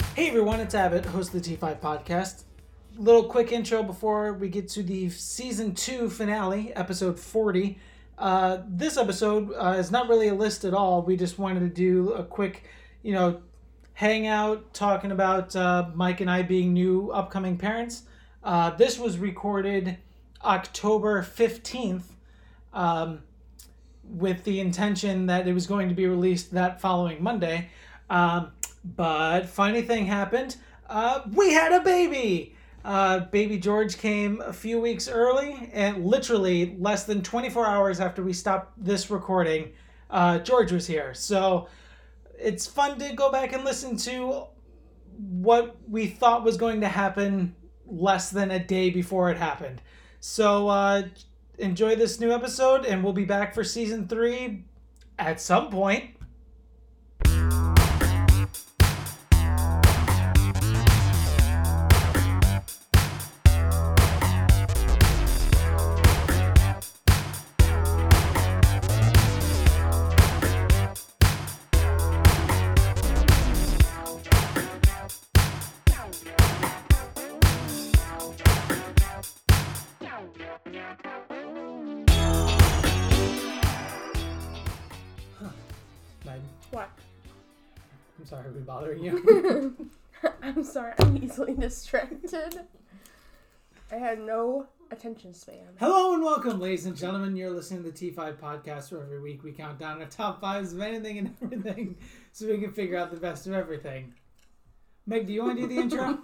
Terrence Abbott, host of the T5 podcast. Little quick intro before we get to the season two finale, episode 40. Uh, this episode uh, is not really a list at all. We just wanted to do a quick, you know, hangout talking about uh, Mike and I being new upcoming parents. Uh, this was recorded October 15th um, with the intention that it was going to be released that following Monday. Um, but funny thing happened. Uh, we had a baby. Uh, baby George came a few weeks early, and literally less than 24 hours after we stopped this recording, uh, George was here. So it's fun to go back and listen to what we thought was going to happen less than a day before it happened. So uh, enjoy this new episode, and we'll be back for season three at some point. I'm, What? I'm sorry, are we bothering you? I'm sorry, I'm easily distracted. I had no attention span. Hello and welcome, ladies and gentlemen. You're listening to the T5 podcast, where every week we count down our top fives of anything and everything so we can figure out the best of everything. Meg, do you want to do the intro?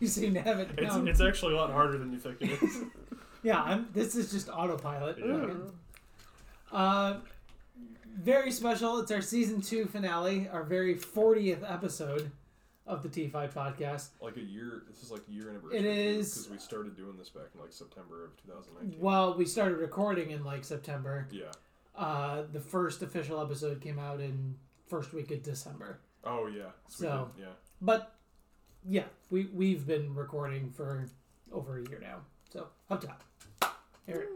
you seem to have it It's, down. it's actually a lot harder than you think it is. yeah, I'm, this is just autopilot. Yeah. Uh, very special. It's our season two finale, our very 40th episode of the T5 podcast. like a year. This is like a year anniversary. It is- because we started doing this back in like September of 2019. Well, we started recording in like September. Yeah. Uh, the first official episode came out in first week of December. Oh yeah. So we So- did, yeah. But yeah, we we've been recording for over a year now. So up top. Here.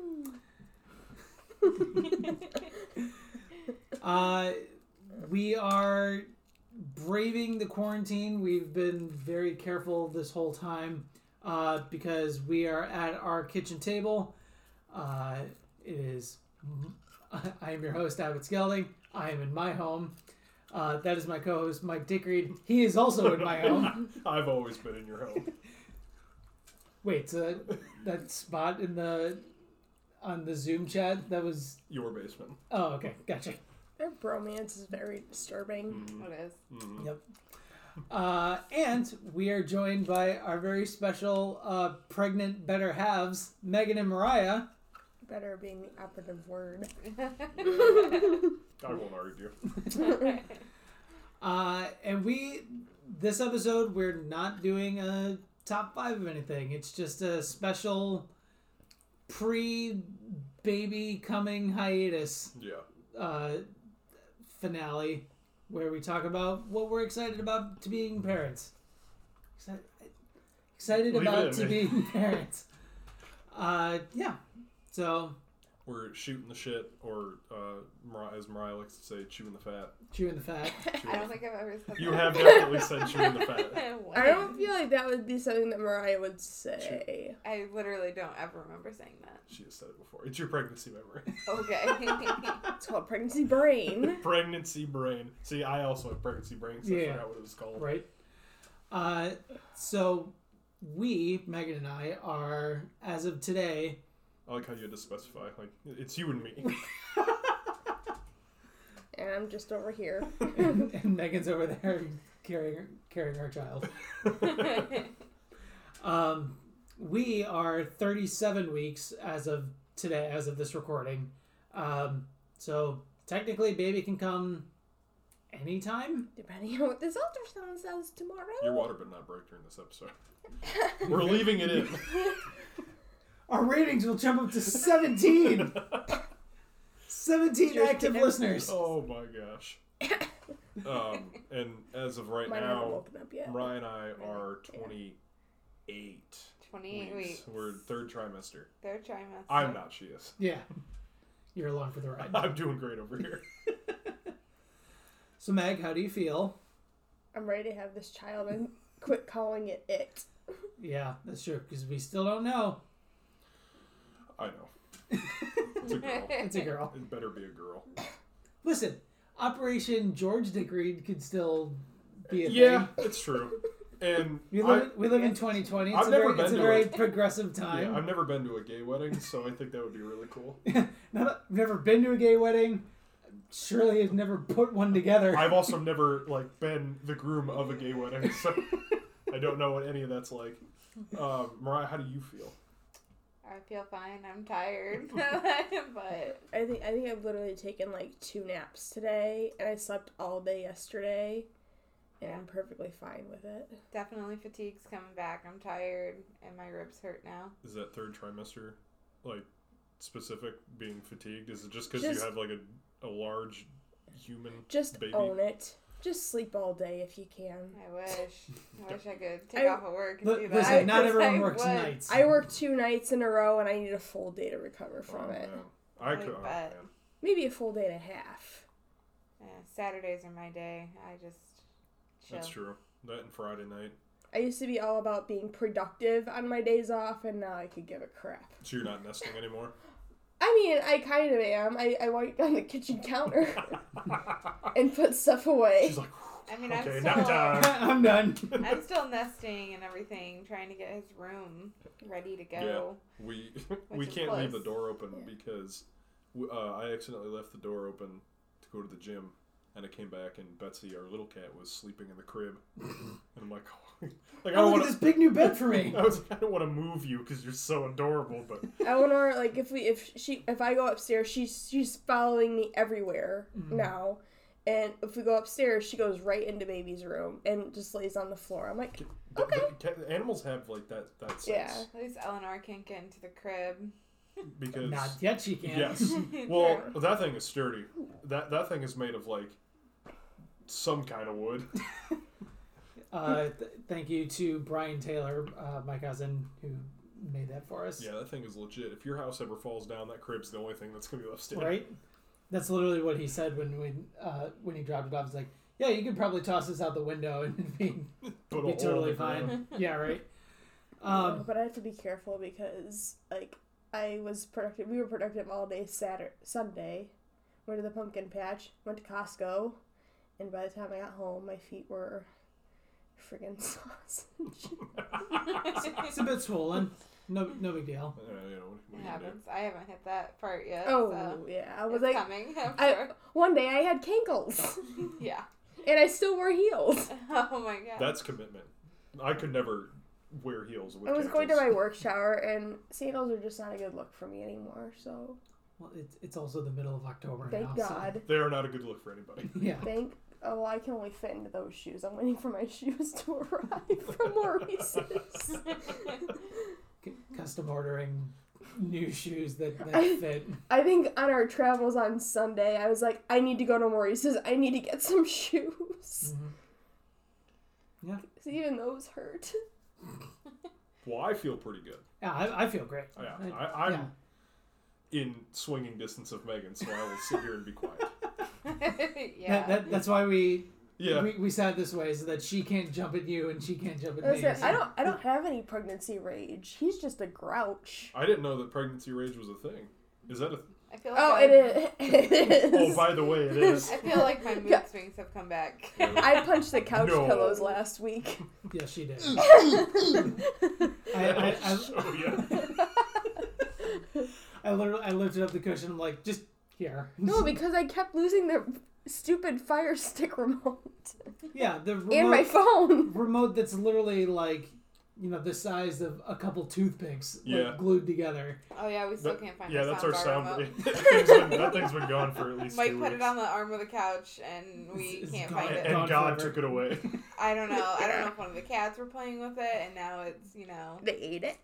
uh, we are braving the quarantine. We've been very careful this whole time uh, because we are at our kitchen table. Uh, it is. I am your host, Abbott Skelding. I am in my home. Uh, that is my co-host, Mike Dickreed. He is also in my home. I've always been in your home. Wait, so that spot in the on the Zoom chat that was. Your basement. Oh, okay, gotcha. Their bromance is very disturbing. It is. Mhm. Yep. Uh, and we are joined by our very special uh, pregnant better halves, Megan and Mariah. Better being the operative word. I won't argue. Uh, and we, this episode, we're not doing a top five of anything. It's just a special pre-baby coming hiatus. Yeah. uh, finale where we talk about what we're excited about to being parents. Exci- Excited Leave it about at to me. being parents. Uh, yeah. So We're shooting the shit, or uh, Mariah, as Mariah likes to say, chewing the fat. chewing the fat. Chewing I the- don't think I've ever said You that. have definitely said chewing the fat. What? I don't feel like that would be something that Mariah would say. I literally don't ever remember saying that. She has said it before. It's your pregnancy memory. Okay. It's called pregnancy brain. pregnancy brain. See, I also have pregnancy brain, so Yeah. I forgot what it was called. Right. Uh, so we, Megan and I, are as of today. I like how you had to specify. Like, it's you and me. And I'm just over here. and, and Megan's over there carrying carrying our child. Um, we are 37 weeks as of today, as of this recording. Um, so technically, baby can come anytime. Depending on what this ultrasound says tomorrow. Your water but not break during this episode. We're leaving it in. Our ratings will jump up to 17. 17 Sure, active kiddo. listeners. Oh my gosh. Um, and as of right Mine haven't now, woken up yet. Mariah and I are 28 28 weeks. weeks. We're third trimester. Third trimester. I'm not, she is. Yeah. You're along for the ride. I'm doing great over here. So, Meg, how do you feel? I'm ready to have this child. I'm quit calling it it. Yeah, that's true. Because we still don't know. I know. It's a girl. It's a girl. It better be a girl. Listen, Operation George Degreed could still be a Yeah, thing. it's true. And We I, live, we live in 2020. It's I've a never very, been it's a to very it. progressive yeah, time. I've never been to a gay wedding, so I think that would be really cool. Not- I've never been to a gay wedding. Surely I've never put one together. I've also never like been the groom of a gay wedding, so I don't know what any of that's like. Um, Mariah, how do you feel? I feel fine. I'm tired, but I think I think I've literally taken like two naps today, and I slept all day yesterday, and I'm perfectly fine with it. definitely fatigue's coming back. I'm tired, and my ribs hurt now. Is that third trimester like specific being fatigued? Is it just because you Just- have like a, a large human? Just Baby. own it. Just sleep all day if you can. I wish. I wish I could take I- off of work and Li- do that. listen, not because everyone I works would. nights. I worked two nights in a row, and I need a full day to recover Oh, from it. man. I I could. Oh, bet. man. Maybe a full day and a half. Yeah, Saturdays are my day. I just chill. That's true. That and Friday night. I used to be all about being productive on my days off, and now I could give a crap. So you're not nesting anymore. I mean, I kind of am. I, I wiped down the kitchen counter and put stuff away. She's like, I mean, Okay, I'm nap still time. I'm done. I'm still nesting and everything, trying to get his room ready to go. we we is can't leave the close. door open Yeah. because w- uh, I accidentally left the door open to go to the gym, and I came back and Betsy, our little cat, was sleeping in the crib, and I'm like, like I Oh, don't look want at this to. big new bed for me. I was like, I don't want to move you because you're so adorable, but Eleanor, like if we if she if I go upstairs, she's she's following me everywhere now. And if we go upstairs, she goes right into baby's room and just lays on the floor. I'm like, the, the, ca- animals have like that that sense Yeah. At least Eleanor can't get into the crib. because Not yet, she can. yes, well True. that thing is sturdy. That that thing is made of like some kind of wood. Uh, th- thank you to Brian Taylor, uh, my cousin, who made that for us. Yeah, that thing is legit. If your house ever falls down, that crib's the only thing that's gonna be left standing. Right? That's literally what he said when when, uh, when he dropped it off. He's like, yeah, you could probably toss this out the window and it'd be, Put be a hole in totally the ground. fine. yeah, right? "No," Um, but I have to be careful because like I was productive. We were productive all day Saturday, Sunday. Went to the pumpkin patch. Went to Costco, and by the time I got home, my feet were friggin' sausage. it's a bit swollen. No, no big deal. Uh, you know, what It are you gonna do? happens. I haven't hit that part yet. oh so yeah, I was uh, it's like, coming. I'm I- sure. one day I had cankles, Yeah. and I still wore heels. Oh my god. That's commitment. I could never wear heels with I was going to cankles. my work shower, and sandals are just not a good look for me anymore. So Well, it's, it's also the middle of October now. thank so- God. They are not a good look for anybody. yeah. Thank. Oh, well, I can only fit into those shoes. I'm waiting for my shoes to arrive from Maurice's. C- custom ordering new shoes that, that I- fit. I think on our travels on Sunday, I was like, I need to go to Maurice's. I need to get some shoes. Mhm. So even those hurt. Well, I feel pretty good. Yeah, I, I feel great. Oh, Yeah, I- I, I'm yeah. in swinging distance of Megan, so I will sit here and be quiet. yeah. That, that, that's why we, Yeah, we we sat this way so that she can't jump at you and she can't jump at me. Listen, so- I don't. I don't have any pregnancy rage. He's just a grouch. I didn't know that pregnancy rage was a thing. Is that a? I feel like Oh, I, it is. It Oh, is. by the way, it is. I feel like my mood Yeah. swings have come back. I punched the couch No. pillows last week. Yes, she did. I, I, I, oh yeah. I literally I lifted up the cushion. I'm like, just here. No, because I kept losing the stupid fire stick remote yeah, the remote, and my phone. remote that's literally like, you know, the size of a couple toothpicks like, Yeah. glued together. Oh yeah, we still That- can't find yeah, our that's our sound bar sound. remote. That thing's been- that thing's been gone for at least Mike two put weeks. it on the arm of the couch, and we It's- it's can't gone. find it. Gone and God forever. took it away. I don't know. I don't know if one of the cats were playing with it, and now it's you know. They ate it.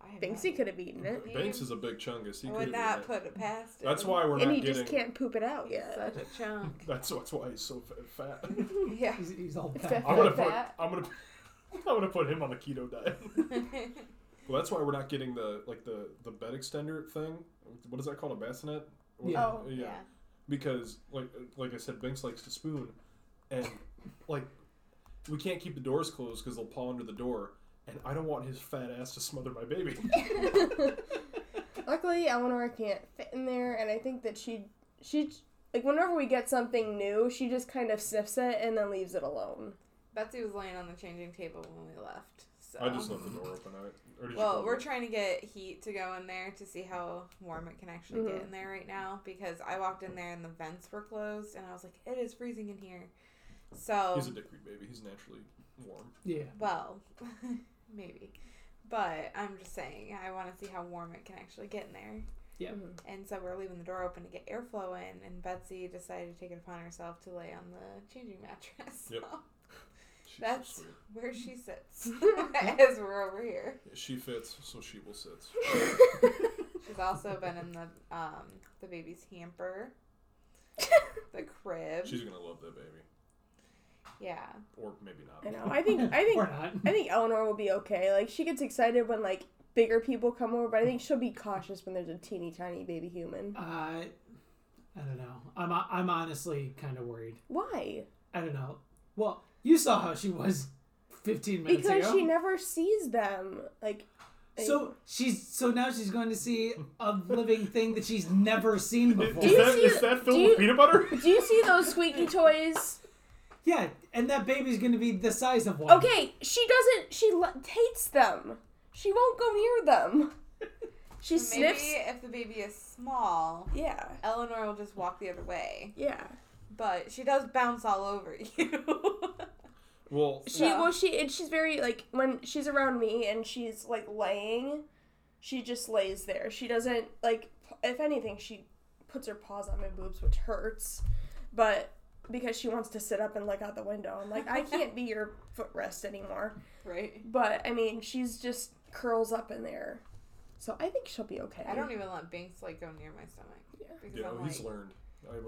I have Thinks no- he could have eaten it, Banks is a big chungus. He I could would have not put it past him. That's why we're and not he getting. just can't poop it out He's yet. such a chunk. That's that's why he's so fa- fat. Yeah. He's, he's all It's fat. fat. I'm gonna put Fat. I'm gonna I'm gonna put him on a keto diet. Well, that's why we're not getting the like the the bed extender thing. What is that called? A bassinet? What- Yeah. Oh, yeah. Because like like I said, Binks likes to spoon, and like we can't keep the doors closed because they'll paw under the door, and I don't want his fat ass to smother my baby. Luckily, Eleanor can't fit in there, and I think that she she like whenever we get something new, she just kind of sniffs it and then leaves it alone. Betsy was laying on the changing table when we left. So. I just left the door open. I, or did you Well, close we're it? trying to get heat to go in there to see how warm it can actually get Mhm. in there right now because I walked in there and the vents were closed and I was like, it is freezing in here. So, He's a dickweed baby. He's naturally warm. Yeah. well, maybe. But I'm just saying, I want to see how warm it can actually get in there. Yeah. Mhm. And so we're leaving the door open to get airflow in, and Betsy decided to take it upon herself to lay on the changing mattress. Yep. So She's That's- so sweet. where she sits as we're over here. She fits, so she will sit. She's also been in the um the baby's hamper, the crib. She's gonna love that baby, yeah, or maybe not. I know. I think I think Or not. I think Eleanor will be okay. Like she gets excited when like bigger people come over, but I think she'll be cautious when there's a teeny tiny baby human. Uh, I don't know. I'm I'm honestly kind of worried. Why? I don't know. Well, you saw how she was 15 minutes Because ago. she never sees them. Like so she's so now she's going to see a living thing that she's never seen before. Do you see- do you- peanut butter? do you see those squeaky toys? Yeah, and that baby's going to be the size of one. Okay, she doesn't. She l- hates them. She won't go near them. She maybe sniffs. if the baby is small, Yeah, Eleanor will just walk the other way. yeah. But she does bounce all over you. Well, She Yeah. well, she and she's very like when she's around me and she's like laying, she just lays there. She doesn't like. p- If anything, she puts her paws on my boobs, which hurts, but because she wants to sit up and look out the window, I'm like, I can't be your footrest anymore. right. But I mean, she's just curls up in there, so I think she'll be okay. I don't even let Binks like go near my stomach. Yeah. Because yeah, I'm he's like, learned. I-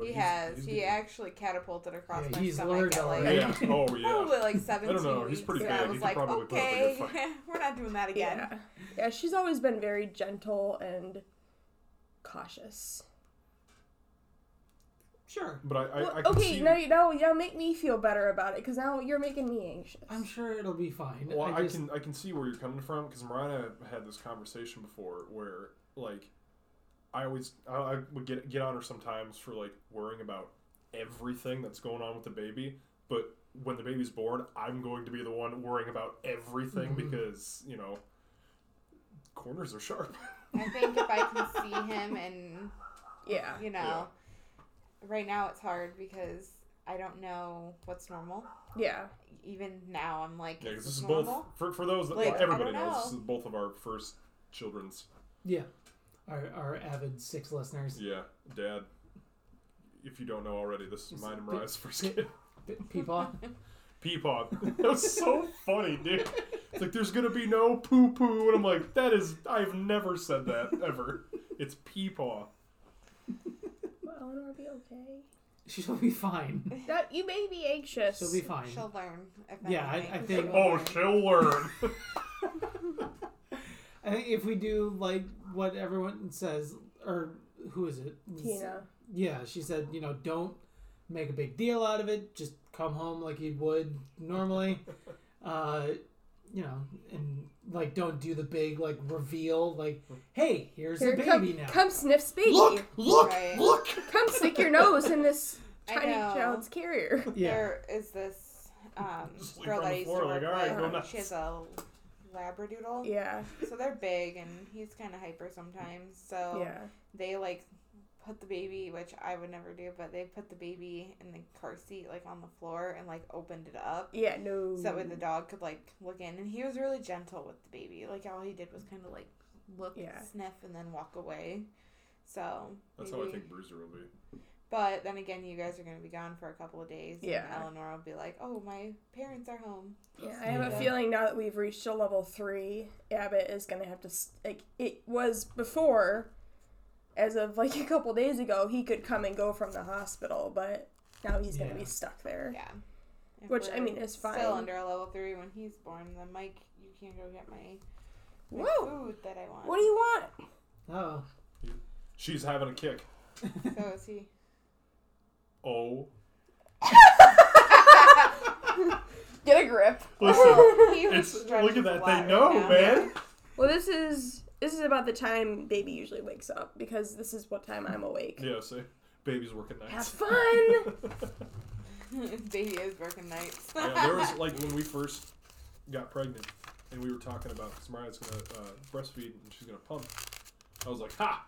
he he's- has. he's he getting- actually catapulted across Yeah, my he's stomach learned at like already. Yeah. Oh yeah. probably like seventeen know, he's weeks. pretty and I big. was He could like, probably put up a okay, good fight." we're not doing that again. Yeah. Yeah, she's always been very gentle and cautious. Sure. But I, I, Well, I can okay, see. now you now, now make me feel better about it because now you're making me anxious. I'm sure it'll be fine. well, I, I just, can I can see where you're coming from because Mariah had this conversation before where like I always I, I would get get on her sometimes for like worrying about everything that's going on with the baby, but when the baby's born, I'm going to be the one worrying about everything Mhm. because you know corners are sharp. I think if I can see him and yeah. you know, Yeah. right now it's hard because I don't know what's normal. Yeah. Even now, I'm like, Yeah, 'cause is this is both normal? for, for those that Like, I everybody don't knows. This know. is both of our first children's. yeah. Our, our avid six listeners, Yeah, Dad. If you don't know already, this is Is mine it- and Mariah's first kid. p- people. Peapod. That was so funny, dude. It's like there's gonna be no poo poo, and I'm like, that is. I've never said that ever. It's peepaw. Will Eleanor be okay? She'll be fine. That you may be anxious. She'll be fine. She'll learn. If Yeah, I- anything. I think- She will Oh, learn. she'll learn. I think if we do like what everyone says, or who is it? Tina. Yeah, she said, you know, don't make a big deal out of it. Just come home like you would normally. uh, you know, and like don't do the big like reveal. Like, hey, here's Here a baby come, now. come sniff's baby. look, look, Right. look. Come stick your nose in this I tiny know. child's carrier. Yeah, There is this um, Just leave her on girl that the I used floor, to work like, "All right, with. go nuts." she has a labradoodle, Yeah. so they're big, and he's kind of hyper sometimes. So Yeah. they like put the baby, which I would never do, but they put the baby in the car seat, like on the floor, and like opened it up. Yeah. No. so that way the dog could like look in and he was really gentle with the baby like all he did was kind of like look Yeah. sniff and then walk away so That's how I maybe- think Bruiser will be. but then again you guys are going to be gone for a couple of days Yeah. and eleanor will be like oh my parents are home Yeah, I have Yeah. a feeling now that we've reached a level three, Abbott is gonna have to s- like it was before, as of like a couple days ago, he could come and go from the hospital, but now he's gonna Yeah. be stuck there. yeah If Which, I we're mean, is fine. still under a level three when he's born then mike you can't go get my, my Whoa. food that i want What do you want? oh, She's having a kick. so is he Oh, Get a grip. Listen, He it's stretches look at a that lot thing. right no, now. man. Well, this is this is about the time baby usually wakes up because this is what time I'm awake. Yeah, see, baby's working nights. Have fun. Baby is working nights. yeah, there was like when we first got pregnant, and we were talking about because Mariah's gonna uh, breastfeed and she's gonna pump. I was like, ha!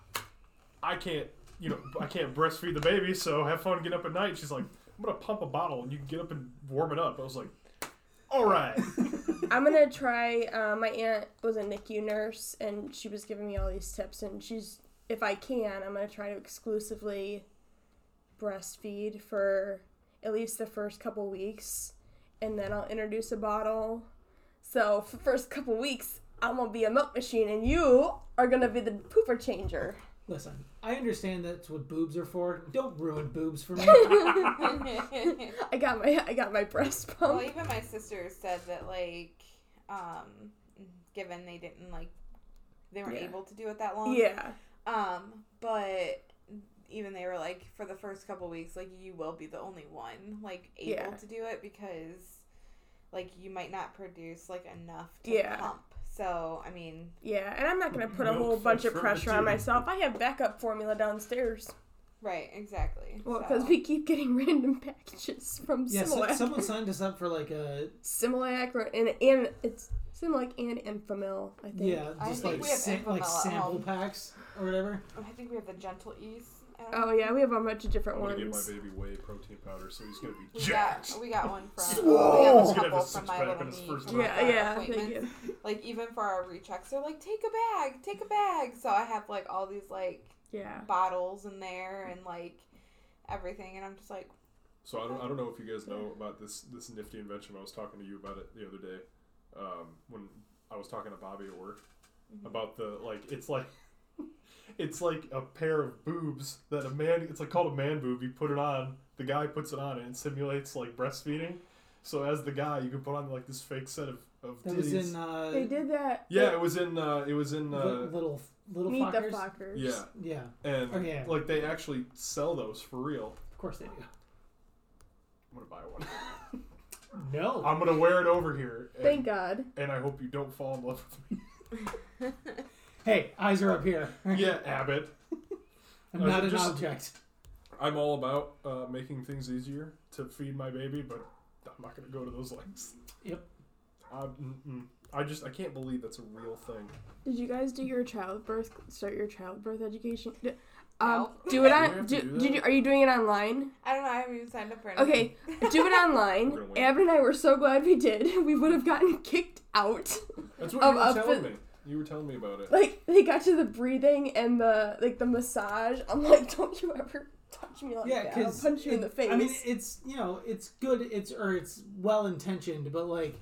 I can't, you know, I can't breastfeed the baby, so have fun getting up at night. She's like, I'm gonna pump a bottle and you can get up and warm it up. I was like, all right. I'm gonna try. Uh, my aunt was a NICU nurse, and she was giving me all these tips. And she's, if I can, I'm gonna try to exclusively breastfeed for at least the first couple weeks, and then I'll introduce a bottle. So for first couple weeks, I'm gonna be a milk machine, and you are gonna be the pooper changer. Listen, I understand that's what boobs are for. Don't ruin boobs for me. I got my I got my breast pump. well, even my sister said that like, um, given they didn't like, they weren't Yeah. able to do it that long. Yeah. Um, but even they were like, for the first couple weeks, like you will be the only one like able Yeah. to do it because, like, you might not produce like enough to Yeah. pump. So I mean, Yeah, and I'm not gonna put a Milk whole bunch of for pressure on maternity. myself. I have backup formula downstairs. right, exactly. Well, So- because we keep getting random packages from yeah, so, Similac. someone signed us up for like a Similac, or- and, and it's Similac and Infamil, I think. yeah, I just think like we have sam- like Enfamil at sample home. packs or whatever. I think we have the gentle ease. at Oh yeah, we have a bunch of different I'm gonna get my ones. baby whey protein powder, so he's gonna be We jacked. got we got one from Swole. we have He's gonna have a couple a from six-pack my on little his knee first from night. our Yeah, yeah, thank appointments. you. Like even for our rechecks, they're like, take a bag, take a bag. So I have like all these like Yeah. bottles in there and like everything, and I'm just like, So I don't, I don't know if you guys know about this this nifty invention. I was talking to you about it the other day um, when I was talking to Bobby at work about the like it's like it's like a pair of boobs that a man it's like called a man boob. You put it on, the guy puts it on, and it simulates like breastfeeding. So as the guy, you can put on like this fake set of of That titties. was in uh, They did that. yeah, it was in uh, it was in li- uh, little little Meet fuckers. the Fockers. yeah, Yeah, and Oh, yeah. like they actually sell those for real. of course they do. I'm gonna buy one. No, I'm gonna wear it over here. and- Thank God. and I hope you don't fall in love with hey, eyes are up here. me. yeah, Abbott. I'm Uh, not an just- object. I'm all about uh, making things easier to feed my baby, but I'm not gonna go to those lengths. Yep. Um, mm-mm. I just I can't believe that's a real thing. Did you guys do your childbirth? Start your childbirth education? D- Um, No. do it Do we on. have Do, to do, do that? you, are you doing it online? I don't know, I haven't even signed up for anything. Okay, do it We're online. gonna wait. Ab and I were so glad we did. We would have gotten kicked out. That's what Of you up- were telling me. You were telling me about it. Like they got to the breathing and the like the massage. I'm like, don't you ever touch me like Yeah, that? I'll because punch you in the face. I mean, it's you know, it's good. It's or it's well intentioned, but like,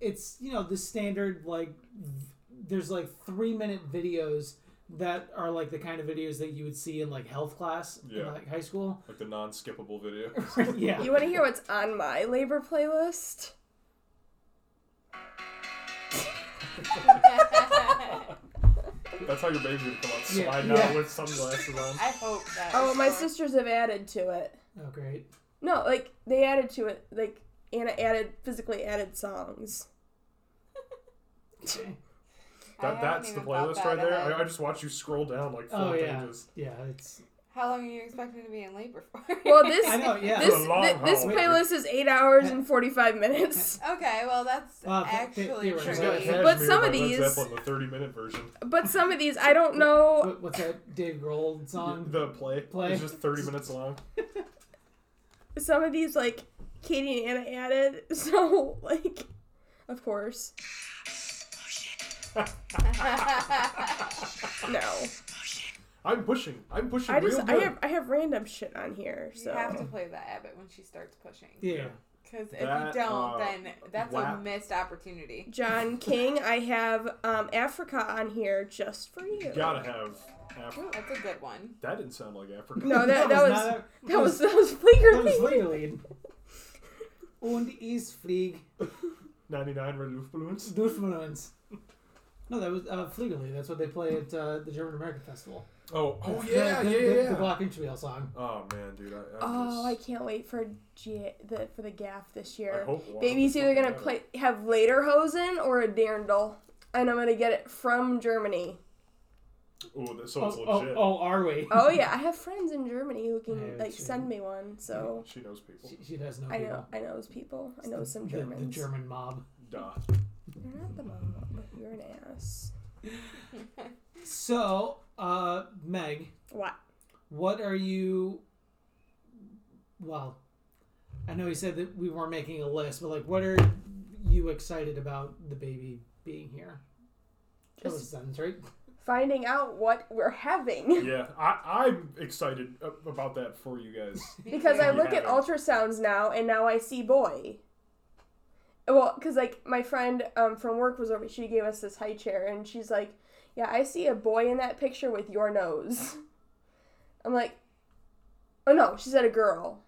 it's you know the standard like. v- There's like three minute videos that are like the kind of videos that you would see in like health class in Yeah. like high school. Like the non-skippable video. yeah. you want to hear what's on my labor playlist? That's how your baby would come out Yeah, sliding yeah. out with sunglasses on. I hope that. Oh, is my for- sisters have added to it. Oh, great. No, like they added to it. Like Anna added physically added songs. Okay. I That, haven't that's the even thought playlist that right there. ahead. I, I just watched you scroll down like four Oh yeah, pages. yeah. It's How long are you expecting to be in labor for? Well, this I know, yeah. this For the long thi- this haul. playlist is eight hours and forty five minutes. Okay, well that's Well, th- th- actually theoretically. She's true. got Right. Cashmere But some by of these- Led Zeppelin, the 30-minute version. But some of these I don't know. what, what's that Dave Grohl song? The play. Play. It's just 30 minutes long. some of these like Katie and Anna added, so like of course. No. I'm pushing. I'm pushing I real just I good. have I have random shit on here, You have to so play that Abbott when she starts pushing. yeah. Because if That, you don't, uh, then that's wow. a missed opportunity. John King, I have um Africa on here just for you. Gotta have Africa. That's a good one. That didn't sound like Africa. No, that that was not a- that was that was that was Flinger. Leoline. Und ist flieg 99 red Luftballons. Durchmulans. No, that was uh, Fliegerlee. That's what they play at uh, the German American Festival. Oh, oh That's the- yeah, the, yeah, the, yeah. The Glockenspiel song. Oh man, dude, I, I Oh, I just, can't wait for G- the for the gaff this I, year. hope Wanda Baby's either fucking gonna had it. play have lederhosen or a dirndl, and I'm gonna get it from Germany. Ooh, this- so it's Oh, oh, legit. oh, are we? Oh yeah, I have friends in Germany who can Yeah, like sure. send me one. oh. So She knows people. She, she does know I people. know I know those people. I know some The- Germans. The, German mob. Duh. You're not the mom. You're an ass. So, uh, Meg, What? what are you? Well, I know you said that we weren't making a list, but like, what are you excited about the baby being here? That was a Just- sentence, right? Finding out what we're having. Yeah, I, I'm excited a- about that for you guys. Because I You look at have it. ultrasounds now, and now I see boy. Well, because like my friend um, from work was over, she gave us this high chair, and she's like, "Yeah, I see a boy in that picture with your nose." I'm like, "Oh no," she said a girl.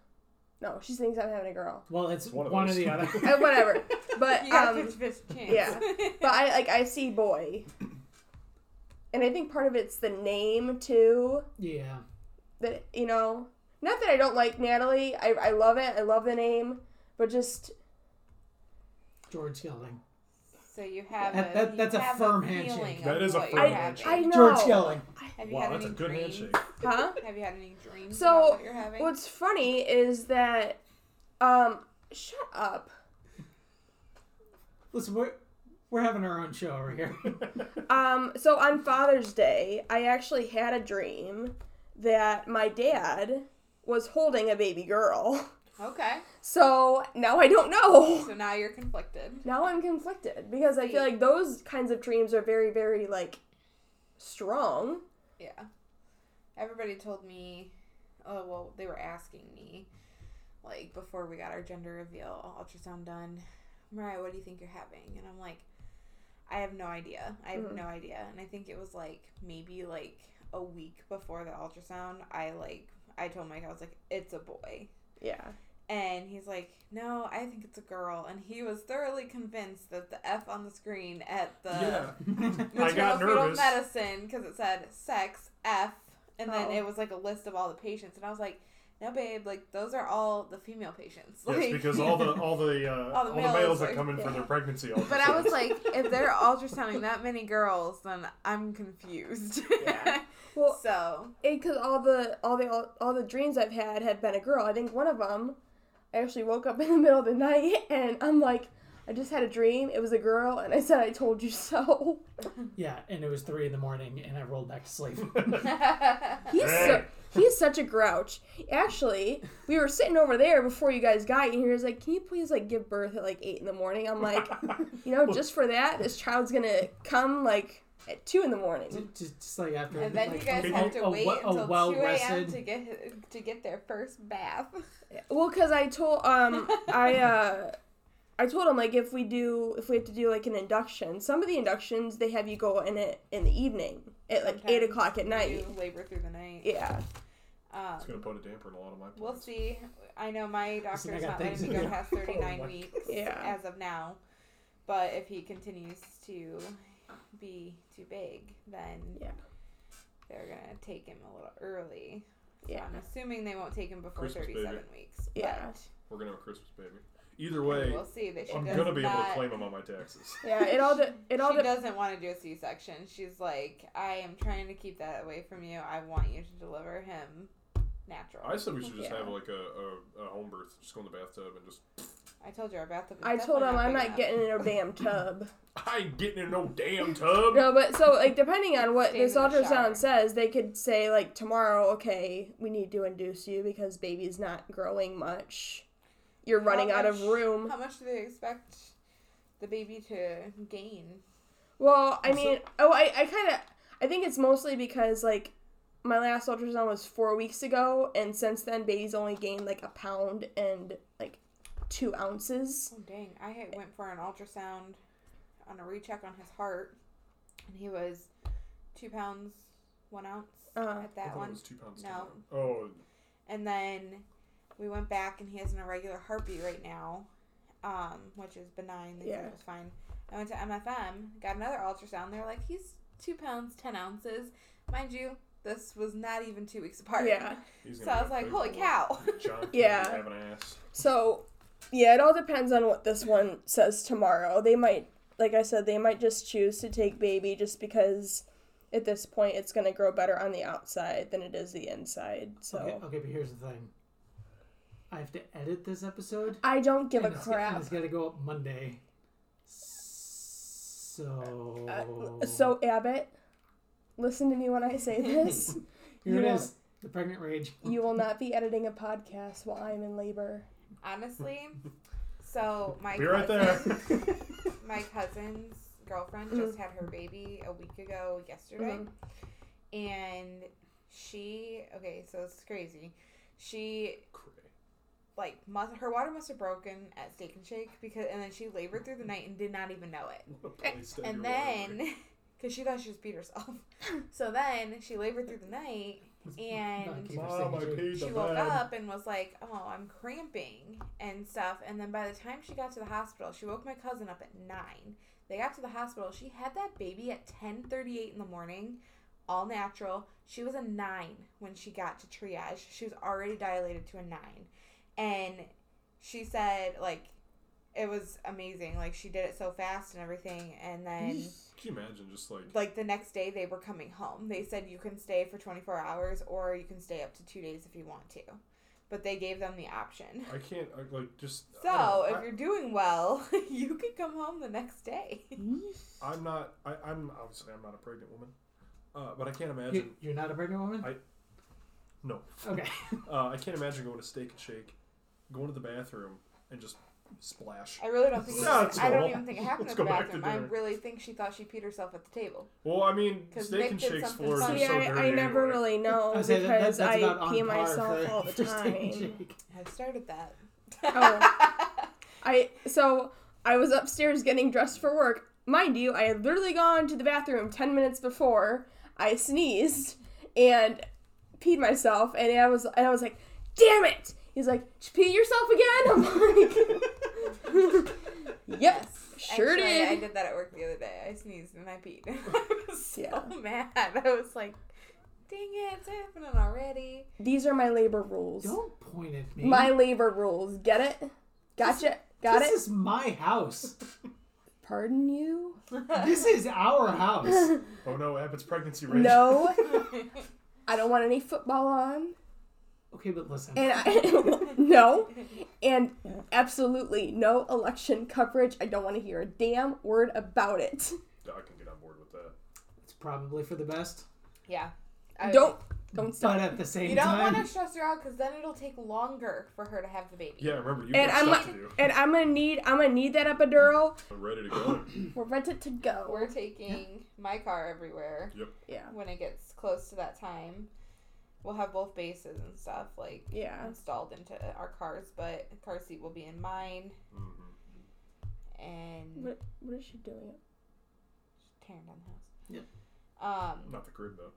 No, she thinks I'm having a girl. Well, it's One one, of or those. the other. Uh, whatever. But you got um, fifty fifty chance. yeah. but I like I see boy, and I think part of it's the name too. yeah. that you know not that i don't like natalie i, I love it i love the name but just George Gelding. so you have That- a, that- you that's a have firm feeling handshake. of That is a what you're firm I- having. i know George Gelding. Have you wow, had that's a any good dreams? handshake. huh Have you had any dreams So, about what you're having? what's funny is that um shut up Listen, we're we're having our own show over here. um so on father's day i actually had a dream that my dad was holding a baby girl okay. so now i don't know So now you're conflicted. now i'm conflicted because i feel like those kinds of dreams are very very like strong Yeah. Everybody told me, oh, well, they were asking me, like, before we got our gender reveal ultrasound done, Mariah, what do you think you're having? And I'm like, I have no idea. I have Mhm. no idea. And I think it was like maybe like a week before the ultrasound, I like, I told Mike, I was like, it's a boy. yeah And he's like, no, I think it's a girl. And he was thoroughly convinced that the F on the screen at the yeah, I maternal got fetal nervous. medicine because it said sex F, and then Oh. it was like a list of all the patients, and I was like, no, babe, like those are all the female patients. Yes, like, because all the all the uh, all the males, that are- come in for yeah. their pregnancy. But I was ultrasounds. like, if they're ultrasounding that many girls, then I'm confused. Yeah. well so because all the all the all, all the dreams I've had had been a girl. I think one of them, I actually woke up in the middle of the night and I'm like, I just had a dream. It was a girl, and I said, I told you so. yeah, and it was three in the morning, and I rolled back to sleep. He's so, Hey. he's such a grouch. Actually, we were sitting over there before you guys got here. He was like, Can you please like give birth at like eight in the morning? I'm like, you know, just for that, this child's gonna come like at two in the morning. just, just like after. and then like, you guys a- have to a- a wait we- a until two a.m. well-rested- to get to get their first bath. Well, because I told um I uh I told him like if we do if we have to do like an induction, some of the inductions they have you go in it in the evening at like eight Sometimes o'clock at night. You labor through the night. Yeah, Um, it's gonna put a damper in a lot of my plans. We'll see. I know my Listen, I doctor's got not things letting me to go do. past Oh 39 my weeks Yeah. as of now, but if he continues to be too big, then Yeah. they're gonna take him a little early. So Yeah. I'm assuming they won't take him before Christmas 37 baby. weeks. Yeah. We're gonna have a Christmas baby. Either But way, we'll see that she I'm does gonna be able not, to claim them on my taxes. yeah. It all de- it all she de- doesn't want to do a C-section. She's like, I am trying to keep that away from you. I want you to deliver him natural. I said we should just Yeah. have like a, a, a home birth, just go in the bathtub and just. I told you our bathtub. is I told definitely him I'm big not enough. getting in a damn tub. I ain't getting in no damn tub. No, but so like depending on what Stand this in the shower. ultrasound says, they could say like tomorrow, okay, we need to induce you because baby's not growing much. You're running How out of much- room. How much do they expect the baby to gain? Well, I Also- mean, oh, I, I kind of, I think it's mostly because like my last ultrasound was four weeks ago, and since then, baby's only gained like a pound and like two ounces. Oh dang! I had went for an ultrasound on a recheck on his heart, and he was two pounds one ounce Uh-huh. at I that thought it one. was two pounds. No. down. Oh, And then we went back, and he has an irregular heartbeat right now, um, which is benign. They said Yeah. it was fine. I went to MFM, got another ultrasound. They're like, he's two pounds, 10 ounces. Mind you, this was not even two weeks apart. Yeah. He's So gonna be I was a like, big holy boy. cow. John Yeah. yeah. have an ass. So, yeah, it all depends on what this one says tomorrow. They might, like I said, they might just choose to take baby just because at this point it's going to grow better on the outside than it is the inside. So, Okay, okay, but here's the thing. I have to edit this episode. I don't give and a it's gotta- and crap. It's got to go up Monday. So. Uh, so, Abbott, listen to me when I say this. here you it are- is. The pregnant rage. you will not be editing a podcast while I'm in labor. Honestly, so my Be right there. cousin- my cousin's girlfriend just had her baby a week ago yesterday Uh-huh. Mm-hmm. and she okay so it's crazy she like must, her water must have broken at steak and shake because and then she labored through the night and did not even know it What a place that and you're living. then because she thought she just beat herself so then she labored through the night and Keep her Mom, I singing, Jake. peed she the woke bed. up and was like, "Oh, I'm cramping and stuff." And then by the time she got to the hospital, she woke my cousin up at nine. They got to the hospital. She had that baby at ten thirty eight in the morning, all natural. She was a nine when she got to triage. She was already dilated to a nine, and she said like, it was amazing. Like she did it so fast and everything. And then Can you imagine just like like the next day they were coming home. They said you can stay for 24 hours or you can stay up to 2 days if you want to. But they gave them the option. I can't I, like just I So, don't know, if you're doing well, you could come home the next day. Mm-hmm. I, I'm not I, I'm obviously I'm not a pregnant woman, uh, but I can't imagine You, you're not a pregnant woman? I- no Okay. uh, I can't imagine going to Steak and Shake, going to the bathroom and just splash. I really don't think it Yeah, was, it's I don't normal. even think it happened Let's at the go back to bathroom. I dinner. really think she thought she peed herself at the table. Well, I mean, 'Cause Steak Nick and did Shake's something floors are funny. See, so I, dirty. I never anyway. really know I say that- that- because that's I about on pee par myself for- all the for Steak time. and Shake. I've started that. Oh. I so I was upstairs getting dressed for work. Mind you, I had literally gone to the bathroom ten minutes before I sneezed and peed myself, and I was and I was like, "Damn it!" He's like, "Did you pee yourself again?" I'm like, "Yes, sure Actually, I did." did that at work the other day. I sneezed and I peed. I was so Yeah. mad. I was like, dang it, it's happening already. These are my labor rules. Don't point at me. My labor rules. Get it? Gotcha. Got this it? is my house. Pardon you? this is our house. Oh no, Abbott's pregnancy rate. No, I don't want any football on. Okay, but listen. And I, no, and absolutely no election coverage. I don't want to hear a damn word about it. I can get on board with that. It's probably for the best. Yeah. I- Don't don't But stop. at the same You don't time, want to stress her out because then it'll take longer for her to have the baby. Yeah, remember you And got I'm like- stuff to do. And I'm gonna need I'm gonna need that epidural. I'm ready to go. Mm-hmm. We're ready to go. We're taking my car everywhere Yeah, when it gets close to that time. We'll have both bases and stuff like yeah. installed into our cars, but the car seat will be in mine hmm and What what is she doing? tearing down the Yeah. house. Um, Not the crib though.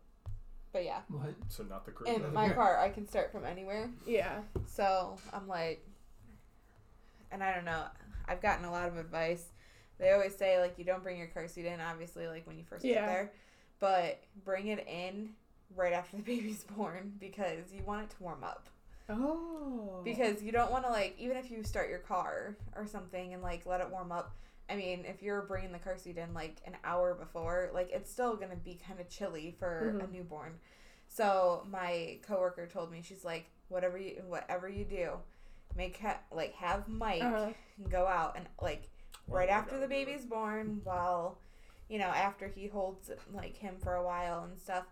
but yeah, what? So not the crib. in Another my car. car, I can start from anywhere. Yeah, So I'm like, and I don't know. I've gotten a lot of advice. They always say like you don't bring your car seat in, obviously, like when you first Yeah. get there, but bring it in right after the baby's born because you want it to warm up. Oh. Because you don't want to like even if you start your car or something and like let it warm up. I mean, if you're bringing the car seat in like an hour before, like it's still gonna be kind of chilly for a Mhm. newborn. So my coworker told me she's like, whatever you whatever you do, make ha- like have Mike Uh-huh. go out and like Why right do I after the gotta do it? baby's born while you know after he holds like him for a while and stuff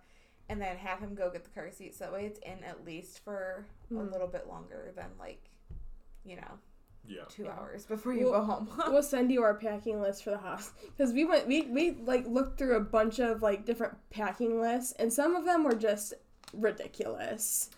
and then have him go get the car seat so that way it's in at least for Mhm. Hmm. a little bit longer than like you know Yeah. two Yeah. hours before you Well- go home We'll send you our packing list for the house because we went we we like looked through a bunch of like different packing lists and some of them were just ridiculous,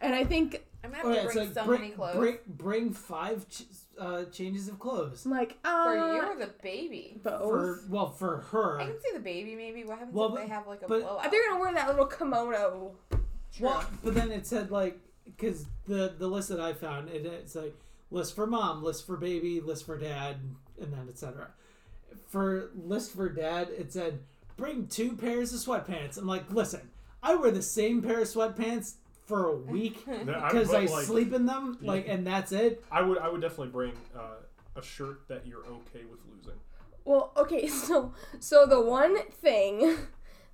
and I think i'm gonna have Oh, yeah, to it's bring like, so bring, many clothes Bring, bring five ch- uh, changes of clothes. I'm like for ah you or the baby both. For well, for her. i can see the baby maybe what happens Well, if but- they have like a but- blowout They're gonna wear that little kimono. True. Well, but then it said like because the the list that I found it, it's like list for mom, list for baby, list for dad, and then etc. for list for dad, it said bring two pairs of sweatpants. I'm like, listen, I wear the same pair of sweatpants for a week Yeah, I- because but, I, like, sleep in them, Yeah. like, and that's it. I would I would definitely bring uh, a shirt that you're okay with losing. Well, okay, so so the one thing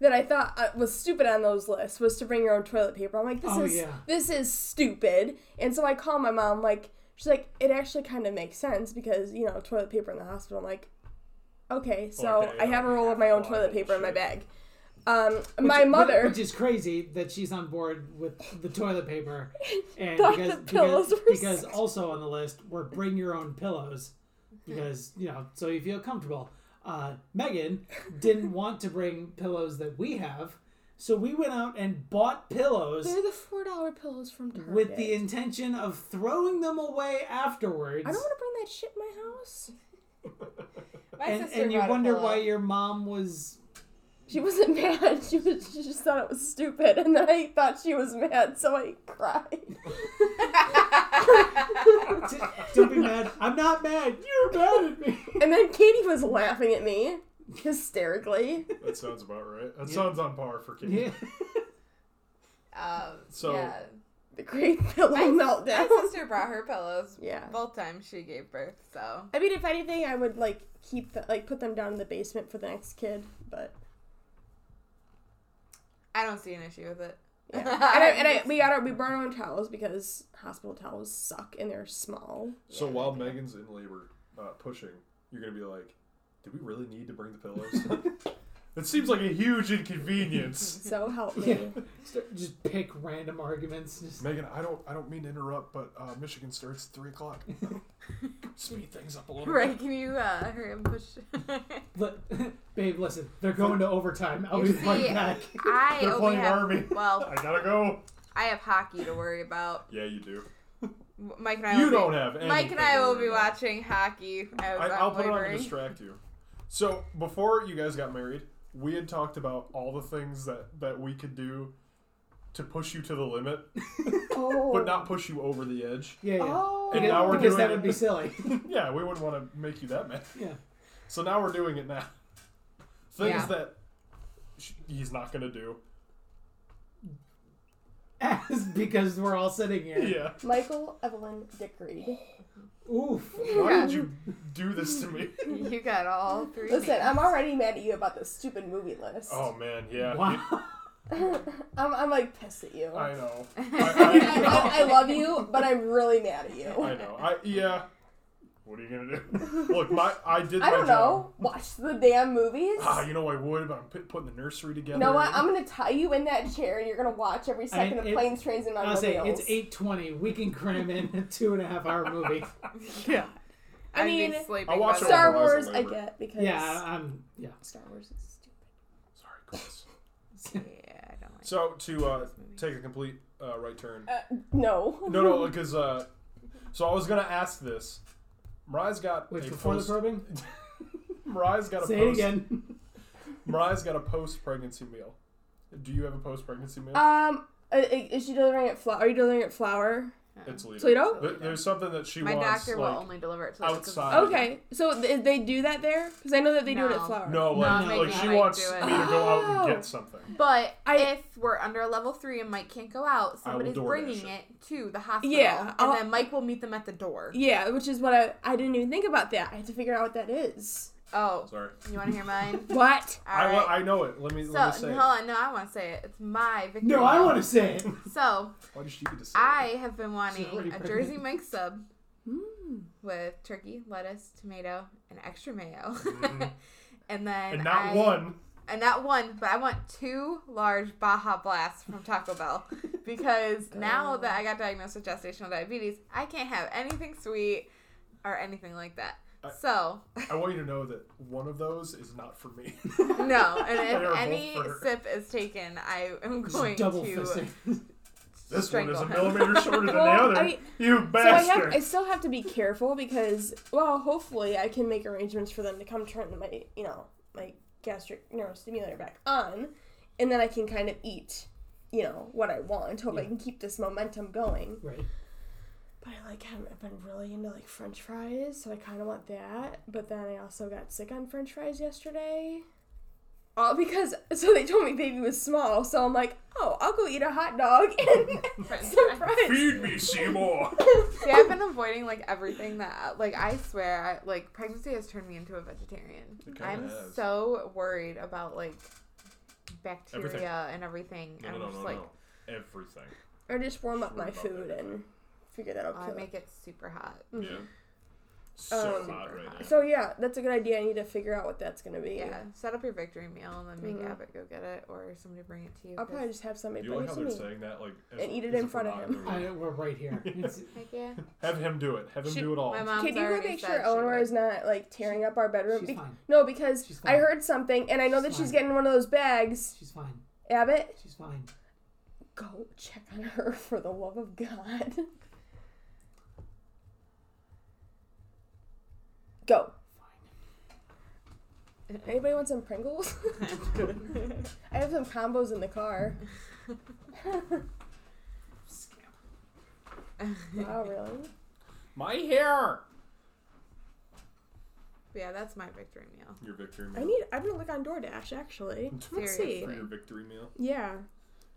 that I thought uh, was stupid on those lists was to bring your own toilet paper. I'm like, this Oh, is yeah. this is stupid. And so I call my mom. Like, she's like, it actually kind of makes sense because you know toilet paper in the hospital. I'm like, okay, so that, I yeah. have a roll of my own Oh, toilet paper in my shit. bag. Um, my Which- mother. which is crazy that she's on board with the toilet paper, and Thought because the pillows because, were because sex- also on the list were bring your own pillows, because you know so you feel comfortable. Uh, Megan didn't want to bring pillows that we have, so we went out and bought pillows They're the four dollar pillows from Target. with the intention of throwing them away afterwards. I don't want to bring that shit in my house. My and, sister and you brought a wonder pillow. why your mom was She wasn't mad. She was. She just thought it was stupid, and then I thought she was mad, so I cried. D- don't be mad. I'm not mad. You're mad at me. And then Katie was laughing at me hysterically. That sounds about right. That Yeah. sounds on par for kids. Yeah. Um, So- yeah. The great pillow My, meltdown. my sister brought her pillows Yeah. both times she gave birth, so I mean, if anything, I would like keep the like put them down in the basement for the next kid, but I don't see an issue with it. yeah. And, I, and I, we got our we brought our own towels because hospital towels suck and they're small. So Yeah, while I do. Megan's in labor, uh, pushing, you're gonna be like, "Did we really need to bring the pillows?" it seems like a huge inconvenience. So help me. yeah. Start- Just pick random arguments. Just, Megan, I don't, I don't mean to interrupt, but uh, Michigan starts at three o'clock. Speed things up a little. Right, can you uh hurry and push Look, babe, listen. They're going to overtime. I'll be You right see, back. I They're only playing have, Army. Well, I gotta go. I have hockey to worry about. Yeah, you do. Mike and I you will don't be, have. Anything Mike and I to will worry be about. watching hockey. I was I, I'll put it on to library. distract you. So before you guys got married, we had talked about all the things that that we could do to push you to the limit, Oh. but not push you over the edge. Yeah, yeah. Oh. And Because- now we're because doing that it. would be silly. yeah, we wouldn't want to make you that mad. Yeah. So now we're doing it now. Things Yeah. that sh- he's not gonna do. As because we're all sitting here. Yeah. Michael Evelyn Dickery. Oof. Why did you do this to me? You got all three. Listen, names. I'm already mad at you about this stupid movie list. Oh man, yeah. Wow. I'm, I'm like pissed at you. I know. I, I, I, I love you, but I'm really mad at I, I you. know. I yeah. What are you gonna do? Look, my I did. I my don't job. know. Watch the damn movies. Ah, you know I would, but I'm p- putting the nursery together. You know what? I'm gonna tie you in that chair, and you're gonna watch every second of it- planes, trains, and I'll say automobiles. it's eight twenty. We can cram in a two and a half hour movie. yeah. I I'd be mean, sleeping I'll watch by it the- on Star Horizon Wars. I Labor. get because Yeah, I- I'm yeah. Star Wars is stupid. Sorry, Chris. Yeah, I don't like. So to uh, take a complete uh, right turn. Uh, no. No, no, because uh, so I was gonna ask this. Mariah's got Wait a before post. the probing. Mariah's got a Say it post. again. Mariah's got a post-pregnancy meal. Do you have a post-pregnancy meal? Um, uh, is she delivering it flour? Are you delivering it flour? it's Lita. Toledo? There- There's something that she My wants. doctor like, will only deliver it to outside. Uh, Okay, so th- they do that there because I know that they do it No. at flour. no, Not like, making like she Mike wants do me it. to go out and Oh. get something. But I- if we're under a level three and Mike can't go out, I will somebody's DoorDash bringing it it. to the hospital. Yeah, and I'll- then Mike will meet them at the door. Yeah, which is what I I didn't even think about that. I had to figure out what that is. Oh, Sorry. you want to hear mine? What? All I, wa- right. I know it. Let me let me so say. no, it. no, I want to say it. It's my victory. No, I want to say it. So Why did she get to say? it? I have been She's already wanting a pregnant. Jersey Mike sub Hmm. with turkey, lettuce, tomato, and extra mayo. Mhm. and then and not I- one. and not one, but I want two large Baja Blasts from Taco Bell because now that I got diagnosed with gestational diabetes, I can't have anything sweet or anything like that. I- so I want you to know that one of those is not for me. no, and They're if both any for her. sip is taken, I am Just going double to fisting. This one is strangle a him. millimeter shorter than the Well, other. I- you So I have bastard! I still have to be careful because well, hopefully I can make arrangements for them to come turn my you know my gastric neurostimulator back on, and then I can kind of eat, you know, what I want. Hope I can keep this momentum going. Right. But I like have been really into like French fries, so I kind of want that. But then I also got sick on French fries yesterday. All because so they told me baby was small, so I'm like, oh, I'll go eat a hot dog and some fries. Feed me, Seymour. See, I've been avoiding like everything that like I swear I, like pregnancy has turned me into a vegetarian. It kinda I'm has. so worried about like bacteria Everything. and everything. No, I'm no, no, just no, like no. Everything. Or just warm up Sure my about food that. and figure that'll oh, I kill. it. make it super hot. Mm-hmm. Yeah. So Um, hot right now. So yeah, that's a good idea. I need to figure out what that's gonna be. Yeah. Set up your victory meal and then make Mhm. Abbott go get it or somebody bring it to you. I'll 'cause- probably just have somebody Do you bring like it how to they're me. saying that? Like, as And a- eat it as in a front of him. barometer? I, we're right here. It's, Heck yeah. Have him do it. Have him She- do it all. my mom's Can you go already make said sure she Eleanor would. is not like tearing up our bedroom? she's Be- fine. no, because She's I fine. heard something, and I know that She's she's fine. getting one of those bags. She's fine. Abbott, She's fine. go check on her for the love of God. Go. Anybody want some Pringles? I have some combos in the car. Oh, really? My hair. yeah, that's my victory meal. Your victory meal. I need. I'm gonna look on DoorDash actually. Let's see. Seriously. For your victory meal. Yeah.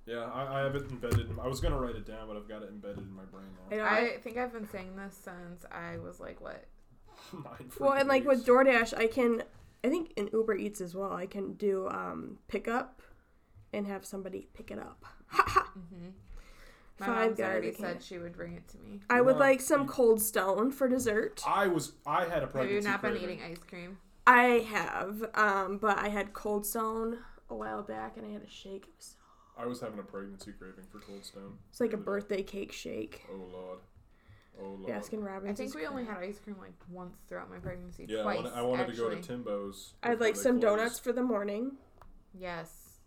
Yeah, I, I have it embedded. In, I was gonna write it down, but I've got it embedded in my brain now. know. I think I've been saying this since I was like what? Mine for Well, and like with days. DoorDash, I can, I think in Uber Eats as well, I can do um, pickup and have somebody pick it up. Mm-hmm. My Five mom's guys already that can't- said she would bring it to me. I would Wow. like some Cold Stone for dessert. I was. I had a Have you pregnancy. not been craving. eating ice cream? I have, um, but I had Cold Stone a while back and I had a shake. It was I was having a pregnancy craving for Cold Stone. it's like a Yeah. Mm. birthday cake shake. Oh lord. Oh lord. Baskin Robbins. I think is we only great. had ice cream like once throughout my pregnancy. yeah, twice, I wanted, I wanted to go to actually. Timbo's. I had like before they some closed. donuts for the morning Yes.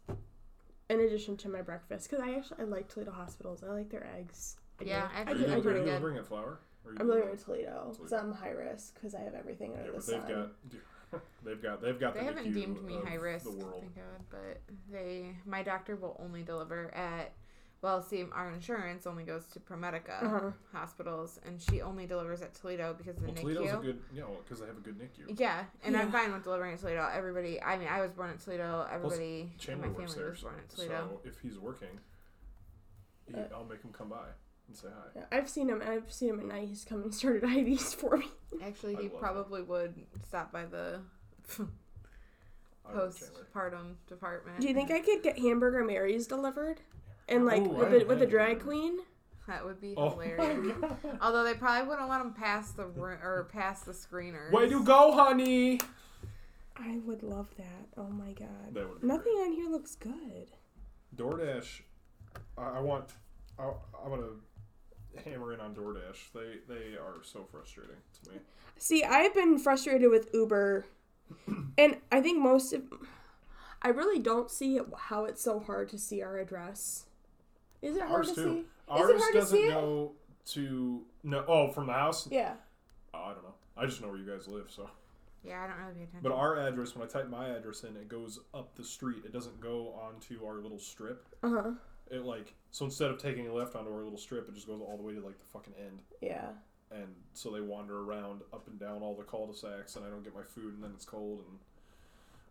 in addition to my breakfast because I actually I like Toledo Hospitals. I like their eggs. I do. Yeah, I Are actually you, do. I they're are you pretty do. good. delivering at Flower? Or are you I'm living delivering- in Toledo, so I'm high risk because I have everything under Mm-hmm. the Yeah, but sun. they've got. They've got. They've got. They the haven't NICU deemed me of high risk, The world. thank God, but they my doctor will only deliver at well, see, our insurance only goes to Promedica Uh-huh. hospitals, and she only delivers at Toledo because of the Well, NICU. Toledo's a good. Yeah, because they have a good NICU. Yeah, and I'm Yeah. fine with delivering at Toledo. Everybody, I mean, I was born at Toledo. Everybody in Chandler my family works there, was born at Toledo. so if he's working, he, Uh, I'll make him come by and say hi. Yeah, I've seen him. I've seen him at night. He's come and started IVs for me. Actually, I he love it. probably would stop by the I love Chandler. postpartum department. Do you think I could get hamburger Marys delivered? And like Ooh, with I a, with a haven't drag had- queen? that would be Oh. hilarious? Although they probably wouldn't let him pass the ru- or pass the screeners. Way to go, honey! I would love that. Oh my god. That would be Nothing on here looks good. great. DoorDash. I, I want. I, I'm gonna hammer in on DoorDash. They they are so frustrating to me. See, I've been frustrated with Uber, and I think most of. I really don't see how it's so hard to see our address. Is it hard Ours to too. see? Ours hard to doesn't see it? go to no. Oh, from the house. Yeah. Oh, I don't know. I just know where you guys live, so. Yeah, I don't really pay attention. But our address, when I type my address in, it goes up the street. It doesn't go onto our little strip. Uh huh. It like so instead of taking a left onto our little strip, it just goes all the way to like the fucking end. Yeah. And so they wander around up and down all the cul-de-sacs, and I don't get my food, and then it's cold.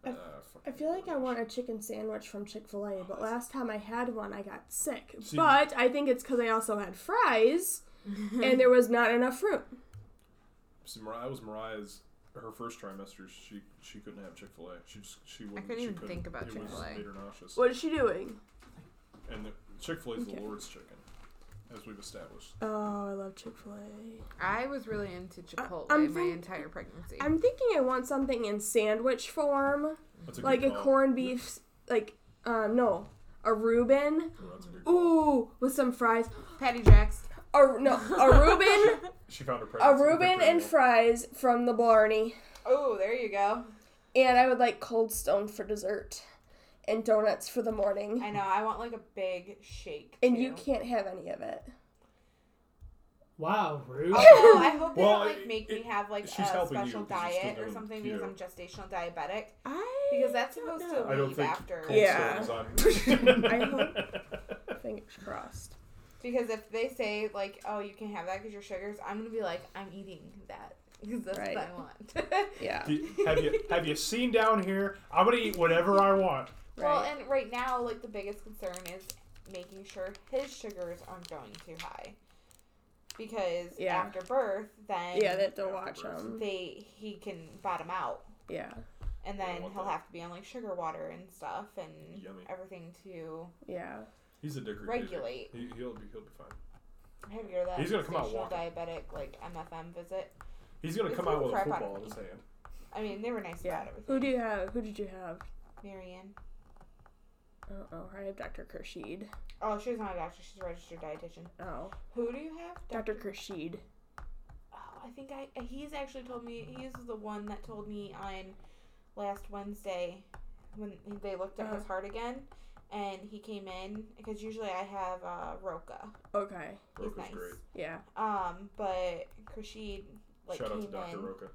And uh, I fucking feel like I DoorDash. want a chicken sandwich from Chick fil A, but last time I had one, I got sick. See- But I think it's because I also had fries and there was not enough fruit. See, Mariah it was Mariah's her first trimester. She she couldn't have Chick Fil A. She just she wouldn't. couldn't she even think about It was- Chick-fil-A. Made her nauseous. What is she doing? And the, Chick Fil A is Okay. the Lord's chicken, as we've established. Oh, I love Chick fil A. I was really into Chipotle Uh, I'm my think- entire pregnancy. I'm thinking I want something in sandwich form, That's a like a good call. corned beef, s- like, um, no, a Reuben. Oh, that's a good call. Ooh, with some fries. Patty Jacks. A, no, a Reuben, She found her a pregnancy. Reuben and Victor fries from the Blarney. Oh, there you go. And I would like Cold Stone for dessert and donuts for the morning. I know. I want like a big shake. And you too. can't have any of it. Wow, rude. Although I hope they Well, don't like make it- me have like she's a helping you special 'cause you're still diet or doing keto. something because I'm gestational diabetic. I Because that's supposed know. to I don't leave think after. Cold Stone Yeah. is on. I hope- fingers crossed. Because if they say like, "Oh, you can have that because your sugars," I'm gonna be like, "I'm eating that because that's Right. what I want." Yeah. Do- have you have you seen down here? I'm gonna eat whatever I want. Well, Right. and right now, like the biggest concern is making sure his sugars aren't going too high, because Yeah. after birth, then yeah, they have to watch them. they he can bottom out, Yeah. and Yeah, I then want he'll that. have to be on like sugar water and stuff and Yummy. everything to Yeah. He's a dick. regulate. He, he'll be he'll be fine. I had to go to that He's gonna come out gestational walking. diabetic like MFM visit. He's gonna It's come like out with a crap out of football in me. his hand. I mean, they were nice Yeah. about everything. Who do you have? Who did you have? Marianne. Uh oh, I have Dr. Kershid. Oh, she's not a doctor. She's a registered dietitian. Oh, Who do you have? Dr. Kershid. Oh, I think I he's actually told me he's the one that told me on last Wednesday when they looked at his heart again and he came in because usually I have uh Roca. Okay. He's Roca's nice. great. Yeah. Um, but Krashid like Shout out came to Dr. in Roca.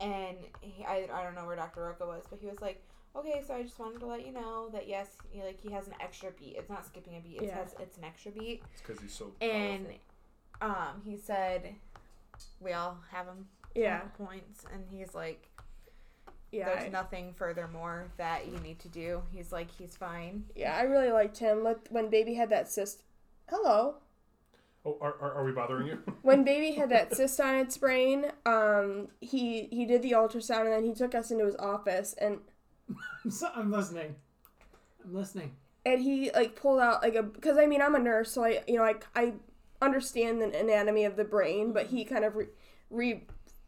and he, I, I don't know where Dr. Roca was, but he was like, okay, so I just wanted to let you know that yes, he, like he has an extra beat. It's not skipping a beat. It Yeah. has it's an extra beat. It's because he's so. and powerful. um, he said we all have him Yeah. points and he's like Yeah. there's I- nothing furthermore that you need to do he's like he's fine yeah, I really liked him. Like when baby had that cyst. Hello. Oh, are, are, are we bothering you? When baby had that cyst on its brain, um, he he did the ultrasound and then he took us into his office and I'm, so, I'm listening. I'm listening. and he like pulled out like a because I mean I'm a nurse, so I you know I I understand the anatomy of the brain, but he kind of re, re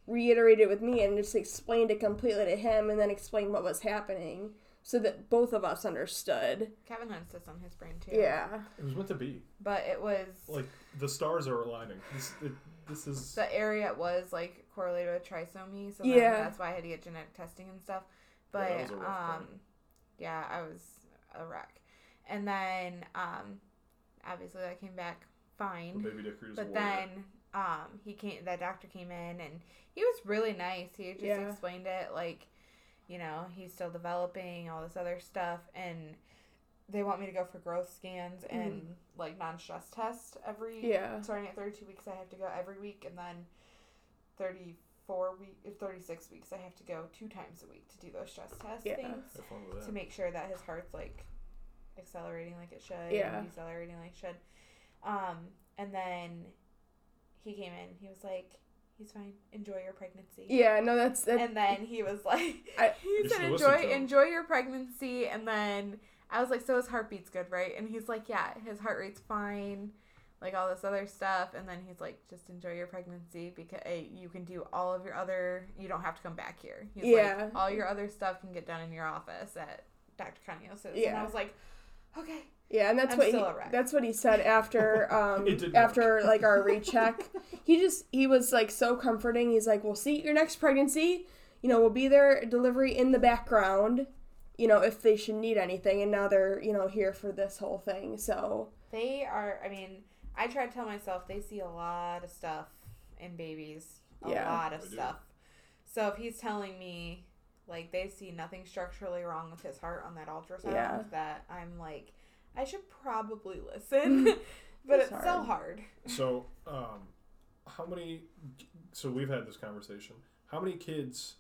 reiterated with me and just explained it completely to him, and then explained what was happening so that both of us understood. kevin had cysts on his brain too Yeah, it was meant to be. but it was Like the stars are aligning. This it, this is. the area was like correlated with trisomy so Yeah. yeah. that's why i had to get genetic testing and stuff but Yeah, that was a rough um yeah i was a wreck and then um obviously that came back fine the baby dick is a But warrior. then um he came that doctor came in and he was really nice. He just Yeah. explained it like, you know, he's still developing, all this other stuff and they want me to go for growth scans and like non stress tests every Mm-hmm. yeah, starting at thirty two weeks I have to go every week and then thirty four week thirty six weeks I have to go two times a week to do those stress test Yeah. things Have fun with to that. make sure that his heart's like accelerating like it should and Yeah. decelerating like it should um and then he came in he was like he's fine enjoy your pregnancy yeah. No, that's that. and then he was like I- he You said should listen enjoy to him." enjoy your pregnancy and then i was like so his heartbeat's good right and he's like yeah his heart rate's fine like all this other stuff and then he's like just enjoy your pregnancy because eh, you can do all of your other you don't have to come back here he's Yeah. like all your other stuff can get done in your office at dr Canios's. and Yeah. i was like okay Yeah, and that's I'm what still he, a wreck. that's what he said after um It didn't after like our recheck. he just he was like so comforting. He's like, "We'll see your next pregnancy. You know, we'll be there delivery in the background. You know, if they should need anything." And now they're you know here for this whole thing. So they are i mean i try to tell myself they see a lot of stuff in babies a Yeah. lot of They do. stuff so if he's telling me like they see nothing structurally wrong with his heart on that ultrasound Yeah. that i'm like i should probably listen but it's It's so hard. hard So, um, how many? So we've had this conversation. How many kids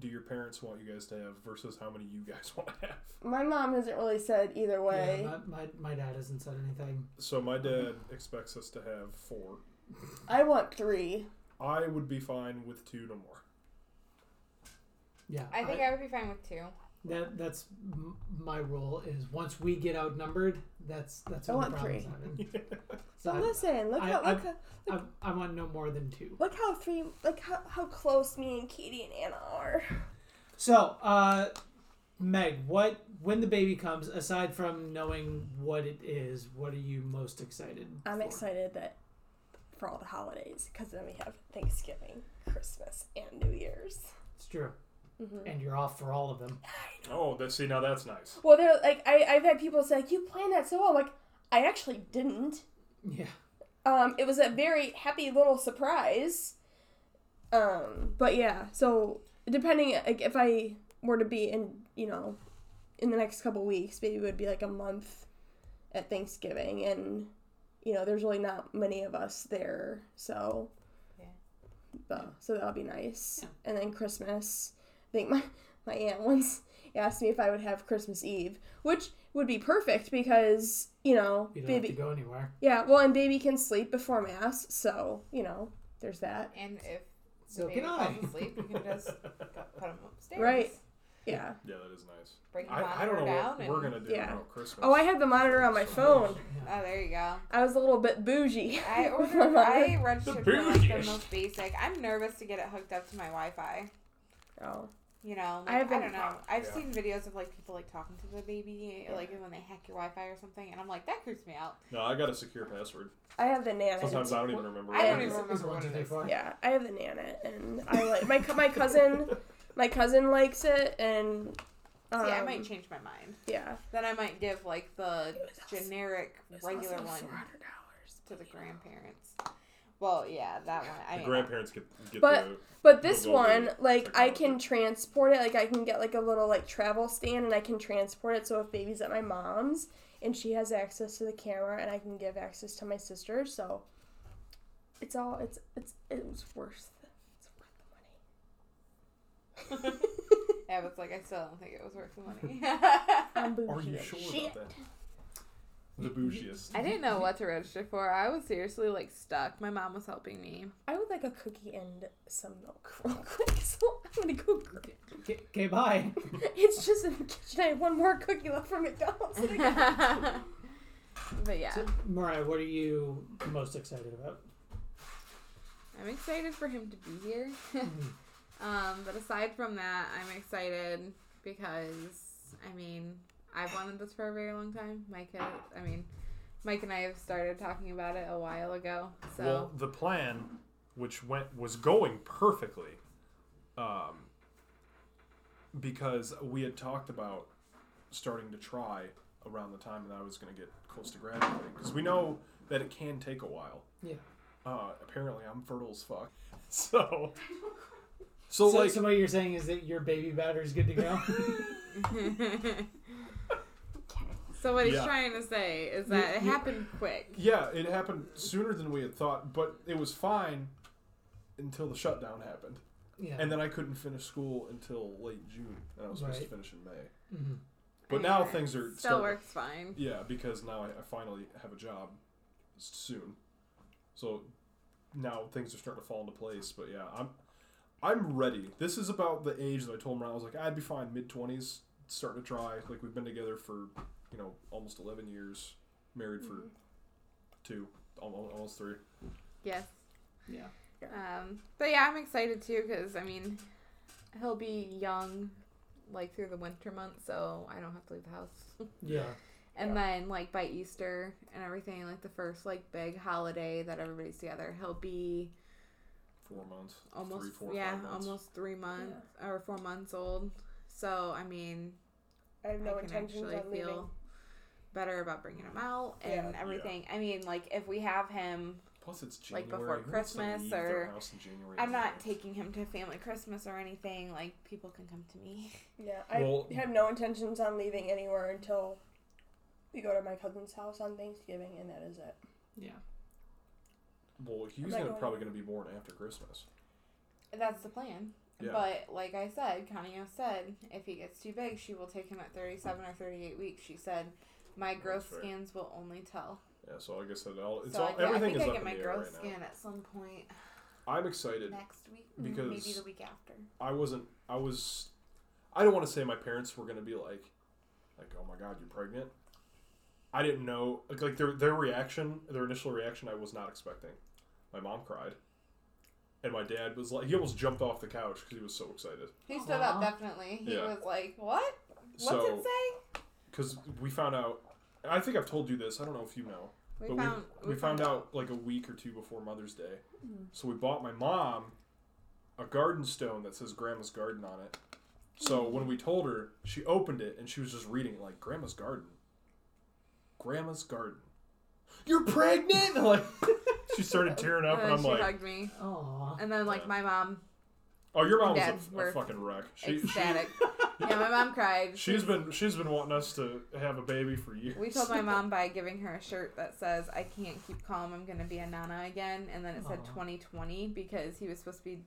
do your parents want you guys to have versus how many you guys want to have? my mom hasn't really said either way. Yeah, my, my, my dad hasn't said anything. So my dad expects us to have four. I want three. I would be fine with two no more. Yeah, i think i would be fine with two that that's m- my rule is once we get outnumbered, that's that's I when want the problem's three. happening. So So I- listen, look I- how I- look how I, I want no more than two. look how three like how how close me and Katie and Anna are. So, uh, Meg, what when the baby comes, aside from knowing what it is, what are you most excited? I'm for? excited that for all the holidays because then we have Thanksgiving, Christmas, and New Year's. It's true, Mm-hmm. and you're off for all of them. Oh, that see now that's nice. Well, they're like I, I've had people say like you planned that so well. I'm like I actually didn't. Yeah, Um, it was a very happy little surprise. Um, but yeah, so depending like if I were to be in you know in the next couple weeks, maybe it would be like a month at Thanksgiving and you know, there's really not many of us there, so Yeah. But, so that'll be nice. Yeah. And then Christmas, I think my my aunt once asked me if I would have Christmas Eve, which would be perfect because you know, You don't baby, have to go anywhere. yeah, well, and baby can sleep before mass, so you know, there's that. And if So the can baby I. falls asleep, you can just put him upstairs. Right. Yeah. Yeah, that is nice. Bring the I, I monitor don't know down. what we're and, gonna do Yeah. about Christmas. Oh, I had the monitor on my phone. Oh, there you go. I was a little bit bougie. I with my ordered. monitor. I registered for like the most basic. I'm nervous to get it hooked up to my Wi-Fi. Oh, You know, I like, I, haven't- don't know. I've Yeah. seen videos of like people like talking to the baby, like when they hack your Wi-Fi or something, and I'm like, that creeps me out. No, I got a secure password. I have the nana. Sometimes I don't even remember. I don't what it even is. It's- it's remember one, what two, it three, is. four. Yeah, I have the Nana, and I like my cou- my cousin. My cousin likes it, and um, See, I might change my mind. Yeah, Then I might give like the was also- generic regular one Four hundred dollars. to the grandparents. Well, yeah, that one. I The mean, grandparents get get But- the. But this We'll go one, with like I technology. can transport it. Like I can get like a little like travel stand, and I can transport it. So if baby's at my mom's, and she has access to the camera, and I can give access to my sister, so it's all it's it's it was worth. the- It's worth the money. I was like, I still don't think it was worth the money. I'm bougie. Are you as sure shit. about that? The bougiest. I didn't know what to register for. I was seriously like stuck. My mom was helping me. I would like a cookie and some milk real quick, so I'm gonna go. Grab. Okay, okay, bye. It's just in the kitchen. I have one more cookie left from McDonald's. but yeah, So, Mariah, what are you most excited about? I'm excited for him to be here. um, but aside from that, I'm excited because I mean I've wanted this for a very long time. Micah, I mean, Mike and I have started talking about it a while ago. So Well, the plan, which went was going perfectly, um, because we had talked about starting to try around the time that I was going to get close to graduating, because we know that it can take a while. Yeah. Uh, apparently, I'm fertile as fuck, so. So, So, like, so what you're saying is that your baby battery's good to go? so what he's Yeah. trying to say is that it happened quick. yeah, it happened sooner than we had thought, but it was fine until the shutdown happened, yeah. and then I couldn't finish school until late June, and I was supposed Right. to finish in May. hmm But now things are still starting- works fine. Yeah, because now I, I finally have a job s- soon, so now things are starting to fall into place. But yeah, I'm I'm ready. This is about the age that I told him I was like I'd be fine mid twenties, starting to try. Like we've been together for you know almost eleven years, married for Mm-hmm. two, almost, almost three. Yes. Yeah. Um, but yeah, I'm excited too because I mean, he'll be young, like through the winter months, so I don't have to leave the house. Yeah. and then like by Easter and everything, like the first like big holiday that everybody's together, he'll be Four months, almost three, four, yeah, five months. almost three months or four months old. So I mean, I have no I can intentions actually on leaving. feel better about bringing him out and Yeah. everything. I mean, like if we have him Plus, it's January. like, before Who wants to Christmas leave their or- house in January I'm not anyway? taking him to family Christmas or anything. Like people can come to me. Yeah, I Well- have no intentions on leaving anywhere until we go to my cousin's house on Thanksgiving, and that is it. Yeah. Well, he's I'm not oh. gonna, going probably going to be born after Christmas. That's the plan. Yeah. But like I said, Connie O said, if he gets too big, she will take him at 37 or 38 weeks. She said, my growth fair. scans will only tell. Yeah, so like I said, all, it's so all, I, get- I everything think is I up get in my the air growth right now. scan at some point I'm excited. next week, Because- maybe the week after. I wasn't. I was. I don't want to say my parents were gonna be like, like, oh my god, you're pregnant. I didn't know. Like, like their their reaction, their initial reaction, I was not expecting. My mom cried, and my dad was like, he almost jumped off the couch because he was so excited. He stood up Aw. definitely. He Yeah. was like, "What? What's So- it say?" Because we found out. I think I've told you this. I don't know if you know. We but found we, we found out like a week or two before Mother's Day. So we bought my mom a garden stone that says Grandma's Garden on it. So when we told her, she opened it and she was just reading like Grandma's Garden. Grandma's Garden. You're pregnant? And, like she started tearing up Uh, and I'm she like hugged me, Aw. and then like Yeah. my mom Oh, your mom was Dad's a, a worth fucking wreck. She, she Ecstatic. yeah, my mom cried. she's been she's been wanting us to have a baby for years. We told my mom by giving her a shirt that says, I can't keep calm, I'm gonna be a Nana again. And then it said Aw. 2020 because he was supposed to be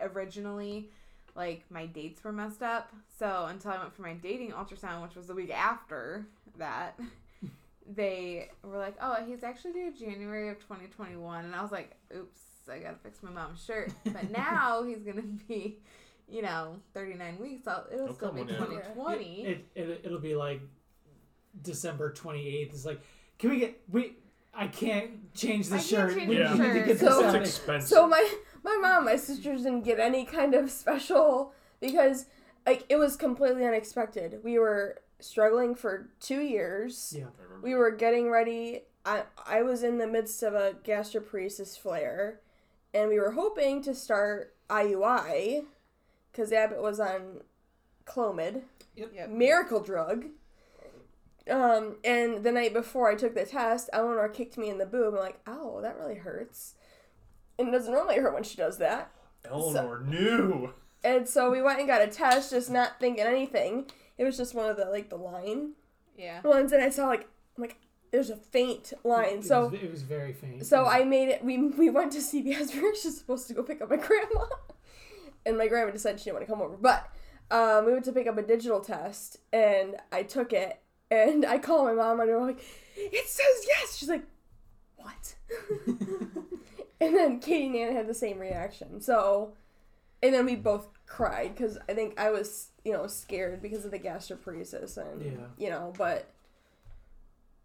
originally, like, my dates were messed up. So until I went for my dating ultrasound, which was the week after that, they were like, oh, he's actually due January of 2021. And I was like, oops, I gotta fix my mom's shirt. But now he's gonna be, you know, 39 weeks. I'll, it'll Oh, still come be on in. 2020. It, it, it'll be like December 28th. It's like, can we get, we, I can't change the I can't shirt. change we the need to shirt. get So- it's this out. expensive. So my my mom, my sisters didn't get any kind of special because like it was completely unexpected. We were struggling for two years. Yeah. I remember. We were getting ready. I I was in the midst of a gastroparesis flare, and we were hoping to start IUI because Abbott was on Clomid, Yep. miracle drug. Um, and the night before I took the test, Eleanor kicked me in the boob. I'm like, ow, that really hurts. And it doesn't normally hurt when she does that. Eleanor knew. And so we went and got a test, just not thinking anything. It was just one of the like the line Yeah. ones, and I saw like I'm like there's a faint line. It So was, it was very faint. so I made it. We we went to CVS. We were actually supposed to go pick up my grandma, and my grandma decided she didn't want to come over. But um, we went to pick up a digital test, and I took it, and I called my mom, and I'm like, it says yes. She's like, what? and then Katie and Nana had the same reaction. So, and then we both cried because I think I was you know scared because of the gastroparesis and Yeah. you know, but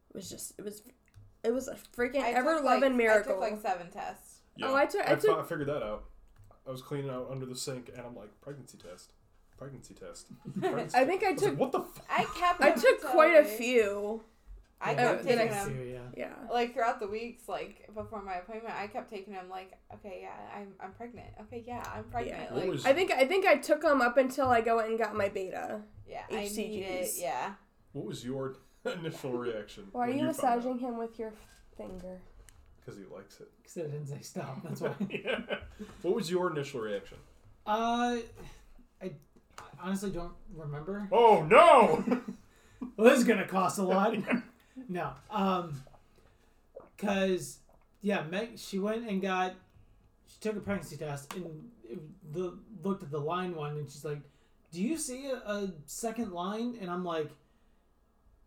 it was just it was. It was a freaking I ever took, like- loving miracle. I took like seven tests. Yeah. Oh, I took- I fi- took- I figured that out. I was cleaning out under the sink, and I'm like, pregnancy test, pregnancy test. pregnancy I test." think I was like, took what the fuck? I kept. I them took until quite a they- few. I Yeah, kept the taking next them. too, yeah. Yeah. Like throughout the weeks, like before my appointment, I kept taking them. Like, okay, yeah, I'm I'm pregnant. Okay, yeah, I'm pregnant. Yeah. What Like, was- I think I think I took them up until I go and got my beta. yeah, I need it. HCGs. Yeah, What was your initial reaction? Why are you, massaging him with your finger? Because he likes it. Because it didn't say stop. That's why. yeah. What was your initial reaction? Uh, I, I honestly don't remember. Oh no! Well, this is gonna cost a lot. no, um, cause yeah, Meg. She went and got. She took a pregnancy test and it- the looked at the line one and she's like, "Do you see a, a second line?" And I'm like,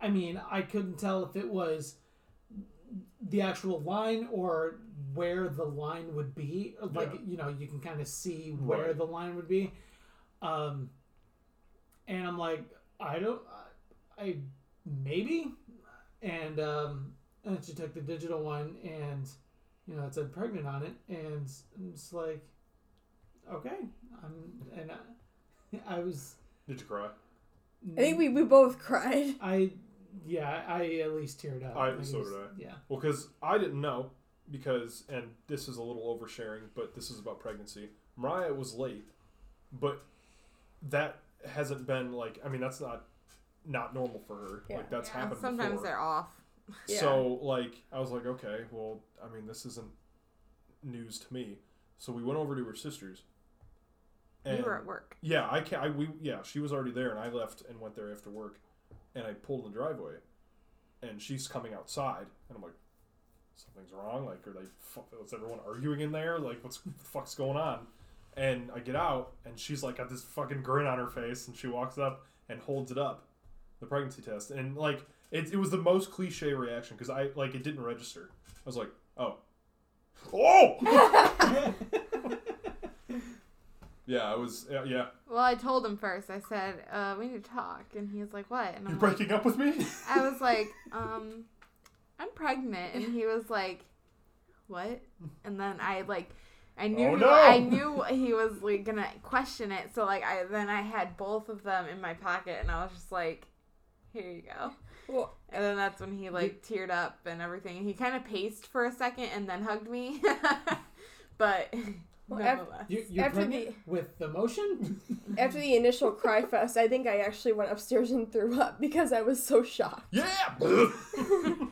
I mean, I couldn't tell if it was the actual line or where the line would be. Like, Yeah. you know, you can kind of see where Right. the line would be. Um, and I'm like, I don't, I, I maybe. And, um, and she took the digital one and, you know, it said pregnant on it. And I'm just like, okay. I'm, and I, I was, Did you cry? I think we, we both cried. I yeah, I at least teared up. I- Like, it so was- did I. Yeah. Well, because I didn't know, because, and this is a little oversharing, but this is about pregnancy. Mariah was late, but that hasn't been like, I mean, that's not not normal for her. Yeah. Like, that's happened sometimes before. they're off. Yeah. So, like, I was like, okay, well, I mean, this isn't news to me. So we went over to her sister's. you were at work. Yeah, I can. I, we yeah, she was already there, and I left and went there after work, and I pulled in the driveway, and she's coming outside, and I'm like, something's wrong. Like, are they? fu- Is everyone arguing in there? Like, what's what the fuck's going on? And I get out, and she's like got this fucking grin on her face, and she walks up and holds it up, the pregnancy test, and like it, it was the most cliche reaction because I like it didn't register. I was like, oh, oh, yeah, I was yeah, yeah. Well, I told him first. I said, uh, "We need to talk," and he was like, "What?" And You're I'm like, breaking up with me. I was like, um, "I'm pregnant," and he was like, "What?" And then I like, I knew Oh, he- no. I knew he was like gonna question it. So like, I then I had both of them in my pocket, and I was just like, "Here you go." Well- and then that's when he like teared up and everything. He kind of paced for a second and then hugged me, but Well, af- nonetheless. You, you're After pregnant with the motion? After the initial cry fest, I think I actually went upstairs and threw up because I was so shocked. Yeah. Oh,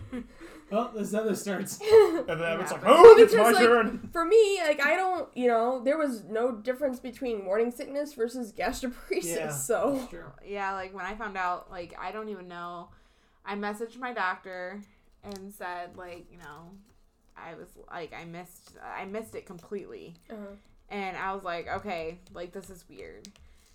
this other starts. And then it's like, Happens. oh, it's my because, like, turn. For me, like I don't, you know, there was no difference between morning sickness versus gastroparesis. Yeah. So Sure. yeah, like when I found out, like I don't even know. I messaged my doctor and said, like, you know, I was like, I missed, I missed it completely, Uh-huh. and I was like, okay, like this is weird.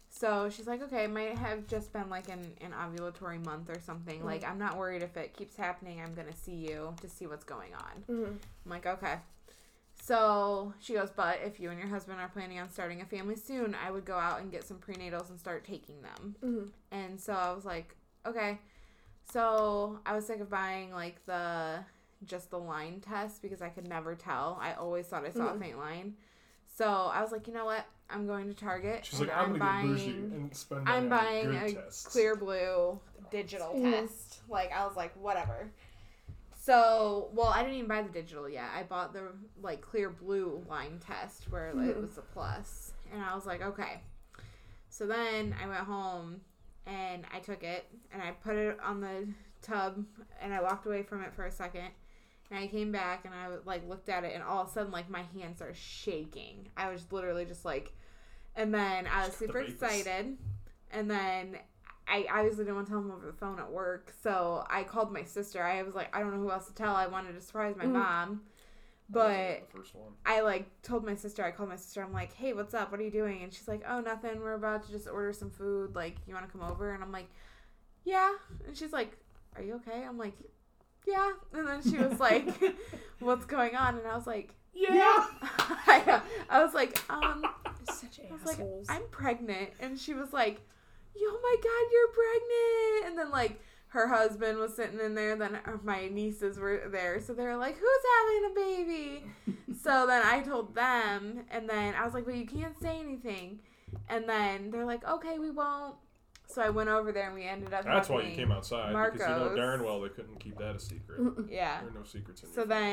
So she's like, okay, it might have just been like an, an ovulatory month or something. Like, I'm not worried if it keeps happening. I'm gonna see you to see what's going on. Mm-hmm. Mhm. I'm like, okay. So she goes, but if you and your husband are planning on starting a family soon, I would go out and get some prenatals and start taking them. Mm-hmm. Mhm. And so I was like, okay. So I was sick of buying like the just the line test because I could never tell. I always thought I saw a faint line. So I was like, you know what? I'm going to Target. She's like, and I'm, gonna get bougie and spend money I'm on buying good a tests. clear blue digital test. Like I was like, whatever. So, well, I didn't even buy the digital yet. I bought the like clear blue line test where like, it was a plus, and I was like, okay. So then I went home and I took it and I put it on the tub and I walked away from it for a second. And I came back and I like looked at it and all of a sudden like my hands are shaking. I was literally just like, and then I was got the super babies. excited. And then I obviously didn't want to tell him over the phone at work, so I called my sister. I was like, I don't know who else to tell. I wanted to surprise my mom, but the first one. I like told my sister, I called my sister, I'm like, hey, what's up? What are you doing? And she's like, oh, nothing. We're about to just order some food. Like, you want to come over? And I'm like, yeah. And she's like, are you okay? I'm like, yeah. And then she was like, what's going on? And I was like, Yeah. I, was like, um, such I was like, I'm pregnant. And she was like, yo, my God, you're pregnant. And then, like, her husband was sitting in there. Then uh, my nieces were there. So they were like, who's having a baby? so then I told them. And then I was like, well, you can't say anything. And then they're like, okay, we won't. So I went over there and we ended up. That's why you having- came outside because you know Marcos. darn well they couldn't keep that a secret. Mm-hmm. Yeah. There are no secrets in So your family.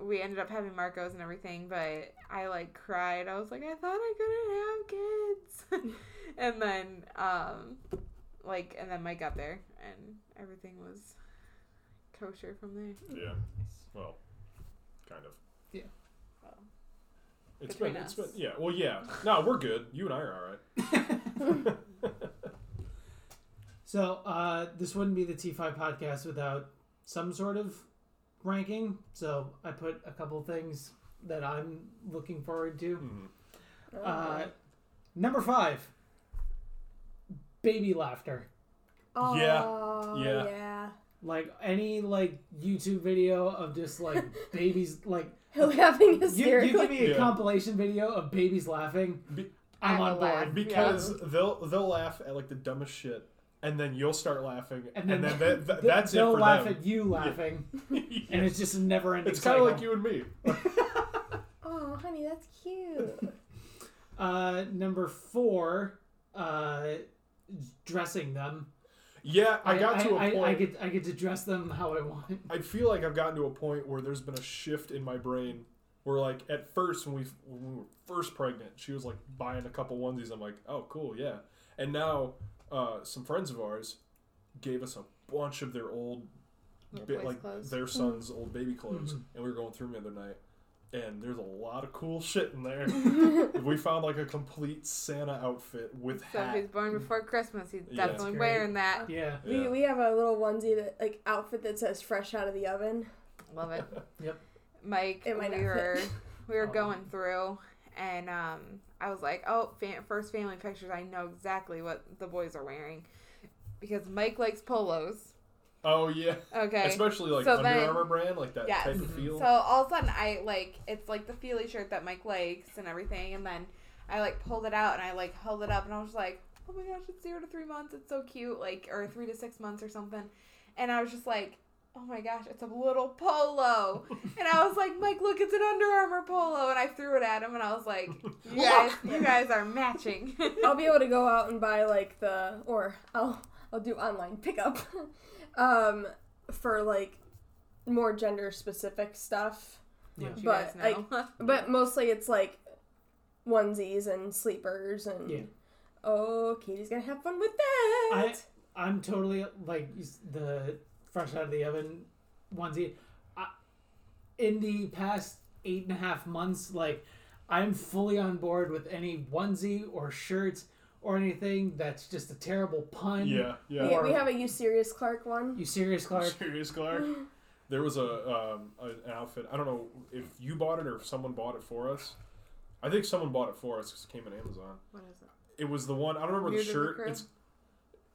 then we ended up having Marcos and everything, but I like cried. I was like, I thought I couldn't have kids. and then, um, like, and then Mike got there and everything was kosher from there. Yeah. Well, kind of. Yeah. Well, It's between been, it's been, us. yeah. Well, yeah. No, we're good. You and I are all right. So uh, this wouldn't be the T5 podcast without some sort of ranking. So I put a couple things that I'm looking forward to. Mhm. Uh, number five, baby laughter. Yeah. Yeah. Oh, yeah. Like any like YouTube video of just like babies like Laughing you, hysterically. you give me a Yeah. compilation video of babies laughing. Be- I'm I on will board. laugh. Because they'll they'll laugh at like the dumbest shit, and then you'll start laughing, and then, that, that, they- that's it they'll for laugh them. at you laughing, Yeah. and it's just a never ending. It's kind of like you and me. oh, honey, that's cute. Uh, number four, uh, dressing them. Yeah, I got to a I, point. I, get I get to dress them how I want. I feel like I've gotten to a point where there's been a shift in my brain where, like, at first when we when we were first pregnant, she was like buying a couple onesies. I'm like, oh, cool, yeah. And now, uh, some friends of ours gave us a bunch of their old, Their bit boys' like clothes? Mm-hmm. their son's old baby clothes, and we were going through them the other night. And there's a lot of cool shit in there. we found like a complete Santa outfit with So if hat. he's born before Christmas, he's Yeah. definitely That's great. wearing that. Yeah. Yeah. We, we have a little onesie that like outfit that says fresh out of the oven. Love it. Yep. Mike, It might we not fit. were we were Oh. going through, and um, I was like, oh, fa- first family pictures. I know exactly what the boys are wearing, because Mike likes polos. Oh yeah, Okay. especially like So Under then- Armour brand, like that Yes. type of feel. So all of a sudden, I like it's like the Feely shirt that Mike likes and everything, and then I like pulled it out and I like held it up and I was just like, oh my gosh, it's zero to three months, it's so cute, like or three to six months or something, and I was just like. Oh my gosh, it's a little polo. And I was like, Mike, look, it's an Under Armour polo. And I threw it at him and I was like, You guys, you guys are matching. I'll be able to go out and buy like the or I'll I'll do online pickup um for like more gender specific stuff. Yeah. You But, guys know. But mostly it's like onesies and sleepers and Yeah. oh Katie's gonna have fun with that. I I'm totally like you s- the fresh out of the oven onesie. I, in the past eight and a half months, like I'm fully on board with any onesie or shirts or anything that's just a terrible pun. Yeah, yeah. We, we have a You Serious Clark one. You serious, Clark? Serious Clark. There was a um, an outfit. I don't know if you bought it or if someone bought it for us. I think someone bought it for us because it came on Amazon. What is it? It was the one I don't remember New the to the shirt. Crew? it's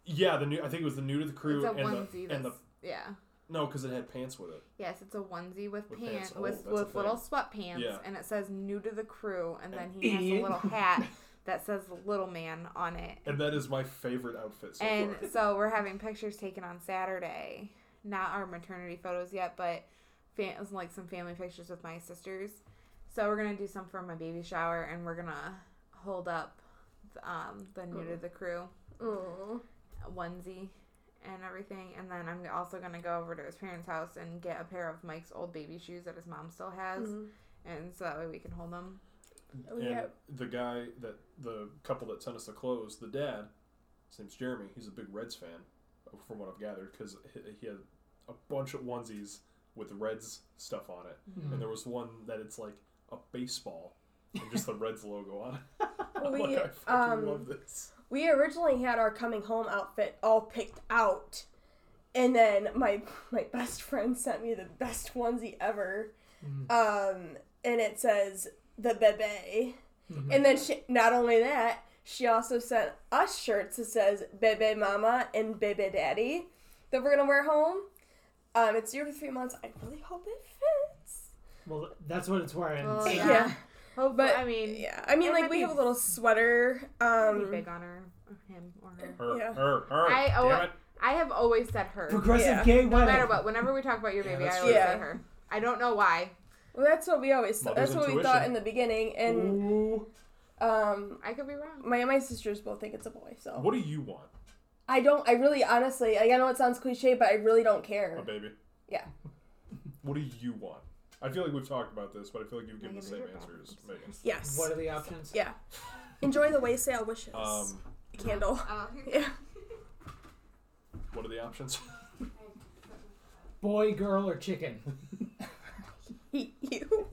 yeah, the new. I think it was the new to the crew It's a and onesie. the and the that's- yeah. no, because it had pants with it. Yes, it's a onesie with, With pants, pants. Oh, with that's a with little thing. sweatpants, Yeah. and it says "new to the crew," and then he has Idiot. a little hat that says "little man" on it. And that is my favorite outfit so and far. so we're having pictures taken on Saturday. Not our maternity photos yet, but fam- like some family pictures with my sisters. So we're gonna do some for my baby shower, and we're gonna hold up um, the new to the crew Mm. onesie and everything. And then I'm also gonna go over to his parents' house and get a pair of Mike's old baby shoes that his mom still has, Mm-hmm. Mhm. and so that way we can hold them. We And have- the guy that the couple that sent us the clothes, the dad, his name's Jeremy. He's a big Reds fan, from what I've gathered, because he had a bunch of onesies with the Reds stuff on it, and there was one that it's like a baseball and just the Reds logo on it. I'm We, like, I fucking um, love this. We originally had our coming home outfit all picked out, and then my my best friend sent me the best onesie ever, um, and it says the bebe, and then she not only that she also sent us shirts that says bebe mama and bebe daddy that we're gonna wear home. Um, it's zero to three months. I really hope it fits. Well, that's what it's wearing. Well, so- Yeah. Oh, But- I mean, yeah. I mean, It like might we be- have a little sweater. pretty Um, big on her, or him, or her. Her, yeah. her, her. I- oh, damn it. I have always said her. Progressive Yeah. gay No wedding. matter what, whenever we talk about your Yeah, baby, I that's always true. say Yeah. her. I don't know why. well, that's what we always. Mother's that's what we intuition. thought in the beginning, and Ooh. um. I could be wrong. My my sisters both think it's a boy, so What do you want, I don't. I really, honestly, like, I know it sounds cliche, but I really don't care. a baby? Yeah. What do you want? I feel like we've talked about this, but I feel like you've given the Megan, same you're back. answer as Megan. Yes. What are the options? yeah. Enjoy the way sale wishes. Um, Candle. Oh, Yeah. Um, what are the options? Boy, girl, or chicken? Hate you.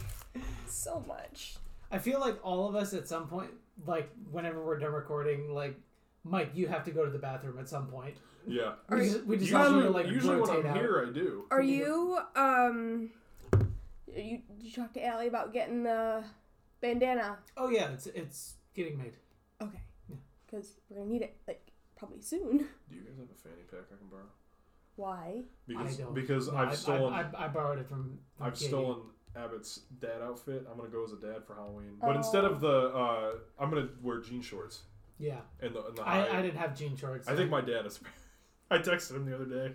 so much. I feel like all of us at some point, like whenever we're done recording, like Mike, you have to go to the bathroom at some point. yeah. We Are just, we just usually, usually, like usually when rotate I'm out. here, I do. Are you um? You did you talk to Allie about getting the bandana? Oh yeah, it's it's getting made. Okay. Yeah. Because we're gonna need it like probably soon. Do you guys have a fanny pack I can borrow? Why? Because I don't. because No, I've I, stolen I, I, I, I borrowed it from. from have Katie. stolen Abbott's dad outfit. I'm gonna go as a dad for Halloween, but instead of the uh, I'm gonna wear jean shorts Yeah, and the, and the high. Oh. I, I didn't have jean shorts. I think my dad is. I texted him the other day,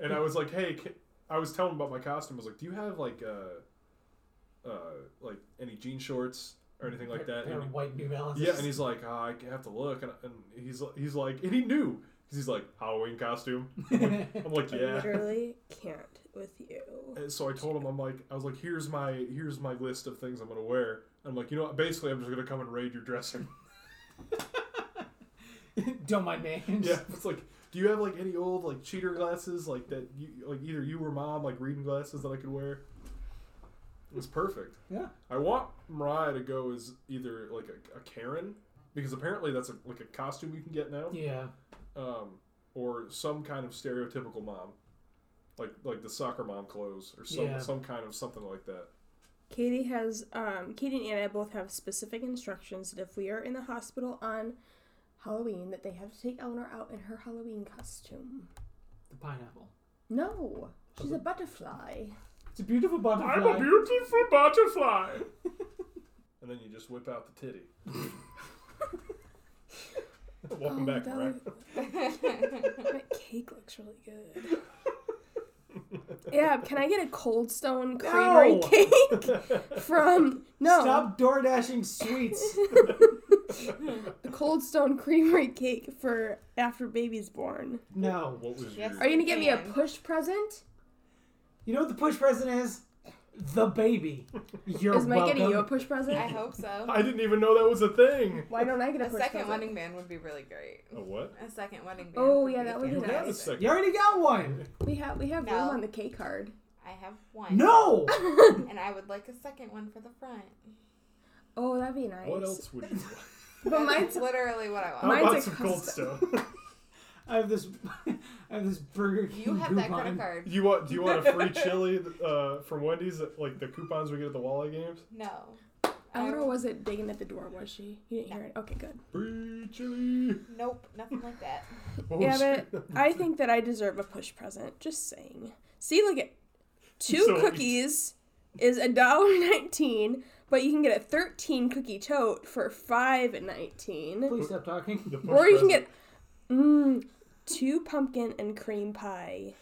and I was like, "Hey, ca I was telling him about my costume. I was like, "Do you have like uh, uh, like any jean shorts or anything like that?" Pair And of white New Balances. Yeah, and he's like, oh, I have to look, and, and he's he's like, and he knew because he's like Halloween costume. I'm like, I yeah. literally can't with you. And so I told him, I'm like, I was like, here's my here's my list of things I'm gonna wear. I'm like, you know, what? basically, I'm just gonna come and raid your dressing. don't mind me. yeah, it's like, do you have like any old like cheater glasses like that you like either you or mom like reading glasses that I could wear? It was perfect. Yeah. I want Mariah to go as either like a, a Karen because apparently that's a, like a costume you can get now. Yeah. um, or some kind of stereotypical mom, like like the soccer mom clothes, or some Yeah. some kind of something like that. Katie has, um, Katie and I both have specific instructions that if we are in the hospital on Halloween, that they have to take Eleanor out in her Halloween costume. The pineapple. No, she's a butterfly. It's a beautiful butterfly. beautiful butterfly. and then you just whip out the titty. Welcome Oh, back, that Mariah. Oh, look- that cake looks really good. yeah, can I get a Cold Stone Creamery No! cake from? No, Stop door dashing sweets. the Cold Stone Creamery cake for after baby's born. no. What was Yes. your? Are you gonna give me a Can. push present? You know what the push present is? The baby. You're Is Mike welcome. getting you a push present? I hope so. I didn't even know that was a thing. Why don't I get a, A push second present? wedding band would be really great. A what? A second wedding band. Oh, would yeah, be that would be You Nice. had a fantastic. second. You already got one. We have we have No. room on the K card. I have one. No! And I would like a second one for the front. Oh, that'd be nice. What else would you like? But That's mine's literally what I want. How Mine's about a some cold stuff? I have this. I have this Burger King You have that Oh. coupon. credit card. you want? Do you want a free chili uh, from Wendy's? Like the coupons we get at the Walleye games? No. Elder wasn't digging at the door, was she? You didn't hear it. Okay, good. Free chili. Nope, nothing like that. What Yeah, was but your number? I think that I deserve a push present. Just saying. See, look at two So cookies is a dollar nineteen, but you can get a thirteen cookie tote for five nineteen, Please stop talking. The push or you can present. get mm, two pumpkin and cream pie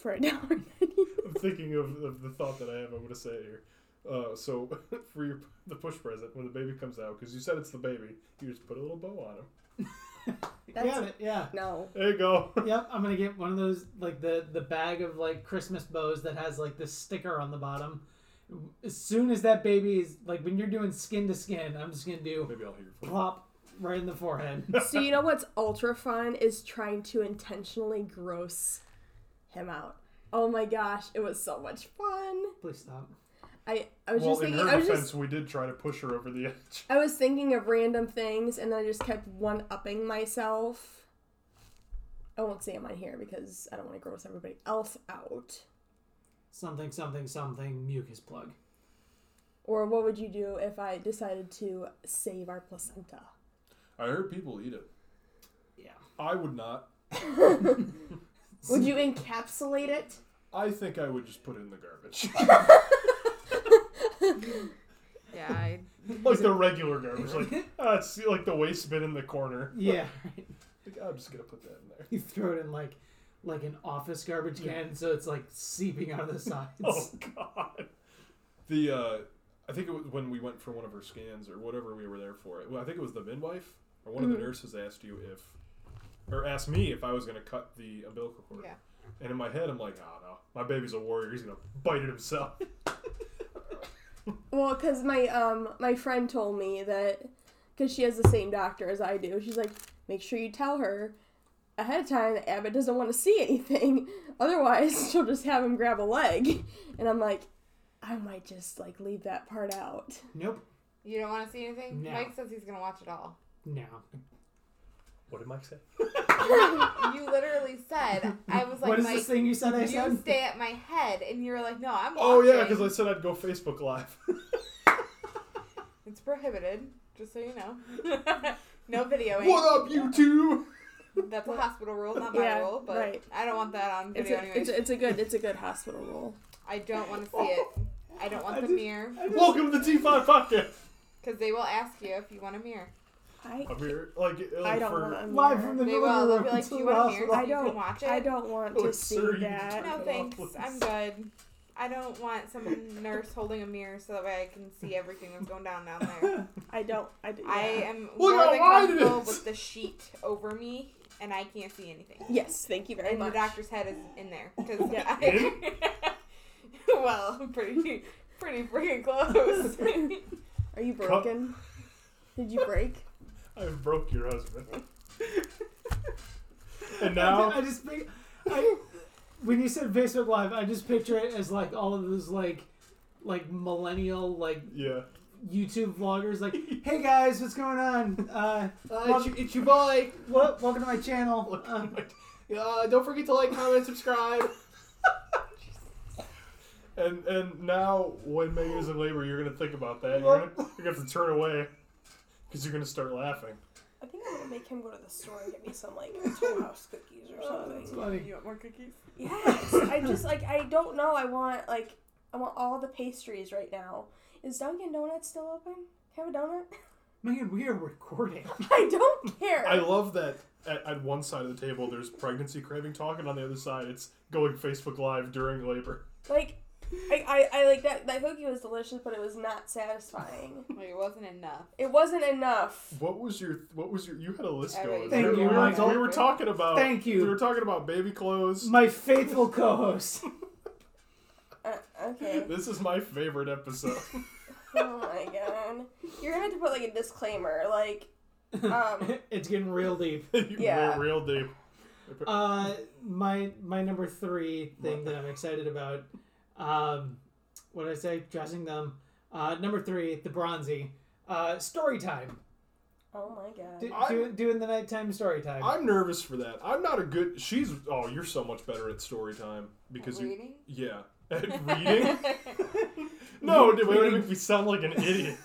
for a dollar. I'm thinking of, of the thought that I have. I'm gonna say it here. Uh, so for your the push present when the baby comes out, because you said it's the baby, you just put a little bow on him. Yeah, That's- yeah. No. There you go. Yep, I'm gonna get one of those like the the bag of like Christmas bows that has like this sticker on the bottom. As soon as that baby is like when you're doing skin to skin, I'm just gonna do Maybe I'll hear it. plop right in the forehead. So you know what's ultra fun is trying to intentionally gross him out. Oh my gosh, it was so much fun. Please stop. I I was well, just in thinking her I was defense, just we did try to push her over the edge. I was thinking of random things and I just kept one upping myself. I won't say them on here because I don't want to gross everybody else out. Something, something, something. Mucus plug. Or what would you do if I decided to save our placenta? I heard people eat it. Yeah. I would not. Would you encapsulate it? I think I would just put it in the garbage, Yeah, I, like the regular garbage, like uh, it's like the waste bin in the corner. Yeah. Right. Like, I'm just gonna put that in there. You throw it in like like an office garbage can, so it's like seeping out of the sides. Oh God. The uh, I think it was when we went for one of her scans or whatever we were there for. Well, I think it was the midwife or one of the nurses asked you if, or asked me if I was gonna cut the umbilical cord. Yeah. And in my head, I'm like, oh no, my baby's a warrior. He's gonna bite it himself. Well, because my um my friend told me that because she has the same doctor as I do, she's like, make sure you tell her ahead of time that Abbott doesn't want to see anything, otherwise she'll just have him grab a leg. And I'm like, I might just like leave that part out. Nope. you don't want to see anything. No. Mike says he's gonna watch it all. No. what did Mike say? You literally said I was like, what is Mike, this thing you said I you said? stay at my head, and you're like, no, I'm. Oh yeah, watching. because I said I'd go Facebook Live. it's prohibited. Just so you know, no videoing. what up, YouTube? That's a hospital rule, not my Yeah, rule. But right. I don't want that on It's video a, anyways. it's, a, it's a good it's a good hospital rule. I don't want to see it. I don't want I the just- mirror Welcome to T5 Podcast. because they will ask you if you want a mirror. I I'm here, like, like I don't for, want a Live from mirror. the They living will. They'll room be like, to "Do you the want a mirror?" hospital. I You don't- can watch it. I don't want Oh, to see sir, you that. turn- No it thanks. off, I'm good. I don't want some nurse holding a mirror so that way I can see everything that's going down down there. I don't. I, d- I yeah. am Look more how than wide it comfortable is. with the sheet over me, and I can't see anything. Yes, thank you very And the much. doctor's head is in there because Yeah. I, well, pretty, pretty freaking close. Are you broken? Did you break? I broke your husband. and I, now, ju- I just think I, when you said Facebook Live, I just picture it as like all of those like like millennial like yeah. YouTube vloggers like, hey guys, what's going on? Uh, Uh, it's, your, it's your boy. what? Welcome to my channel. Uh, Uh, don't forget to like, comment, subscribe. And and now, when Megan is in labor, you're gonna think about that. You're gonna, you're gonna have to turn away because you're gonna start laughing. I think I'm gonna make him go to the store and get me some like Toll House cookies or Oh, it's funny. you want more cookies? Yes, I just like I don't know. I want like I want all the pastries right now. Is Dunkin' Donuts still open? Can I have a donut? Man, we are recording. I don't care. I love that. At, at one side of the table, there's pregnancy craving talk, and on the other side, it's going Facebook Live during labor. like I, I, I like that that cookie was delicious, but it was not satisfying. Well, it wasn't enough. It wasn't enough. What was your What was your You had a list I going. already Thank we, you. were, I told- we were talking about. Thank you. We were talking about baby clothes. my faithful co-host. Uh, okay. This is my favorite episode. Oh my god. You're gonna have to put like a disclaimer, like um. it's getting real deep. You Yeah. were real deep. Uh, my my number three thing that I'm excited about. Um, what did I say? Dressing them. Uh, number three, the Bronzy. Uh, story time. Oh my god. Do, I- do, doing the nighttime story time. I'm nervous for that. I'm not a good. She's. Oh, you're so much better at story time because you. Reading? Yeah. At reading? no, dude, wait, wait, we sound like an idiot.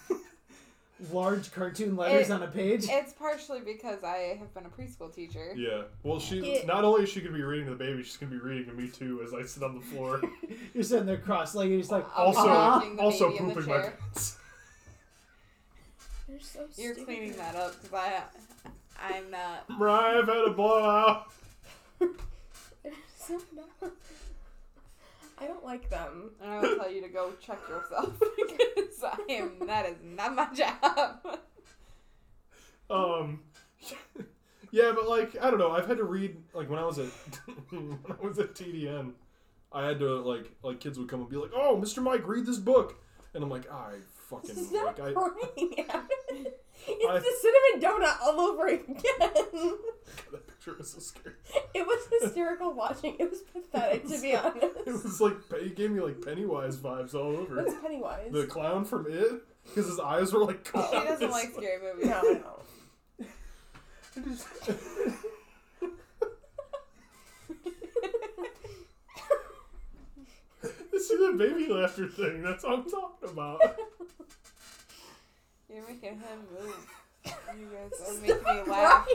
Large cartoon letters It- on a page. it's partially because I have been a preschool teacher. Yeah. Well, she Yeah. not only is she gonna be reading to the baby, she's gonna be reading to me too as I sit on the floor. You're sitting there cross-legged. You're just like, Also, uh-huh. Watching the also baby in the pooping my chair. pants. You're so You're stupid. cleaning that up because I, I'm not. Mariah, I've had a blowout. So dumb. I don't like them. And I will tell you to go check yourself because I am. That is not my job. Um. Yeah, but like I don't know. I've had to read like when I was at when I was at TDN, I had to like like kids would come and be like, "Oh, Mr. Mike, read this book," and I'm like, "I fucking This is like not I." burning out. It's I- the cinnamon donut all over again. That picture was so scary. It was hysterical watching. It was pathetic to be It honest. was like it gave me like Pennywise vibes all over. What's Pennywise? The clown from It, because his eyes were like. She doesn't clowns. like scary movies. No, no. This is the baby laughter thing. That's what I'm talking about. You're making him move. You guys are making me laugh.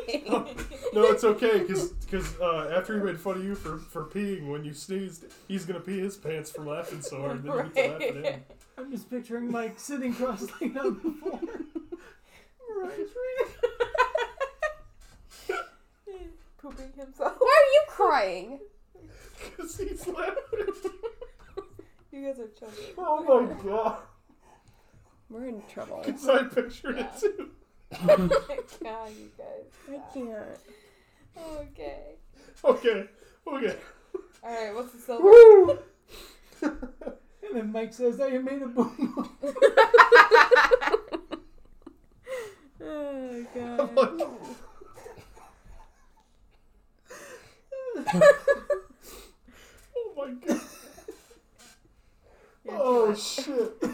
No, it's okay, cause 'cause, uh, after he made fun of you for, for peeing when you sneezed, he's gonna pee his pants from laughing so hard that you get to laugh at him. I'm just picturing Mike sitting cross-legged on the floor. right. Pooping himself. Why are you crying? Cause he's laughing. You guys are children. Oh my god. We're in trouble. Cause I pictured Yeah. it too. God, you guys. I can't. Okay. Okay. Okay. All right. What's the silver? Woo! And then Mike says, "I made a boom." Oh I'm God. like, oh my god. Oh shit.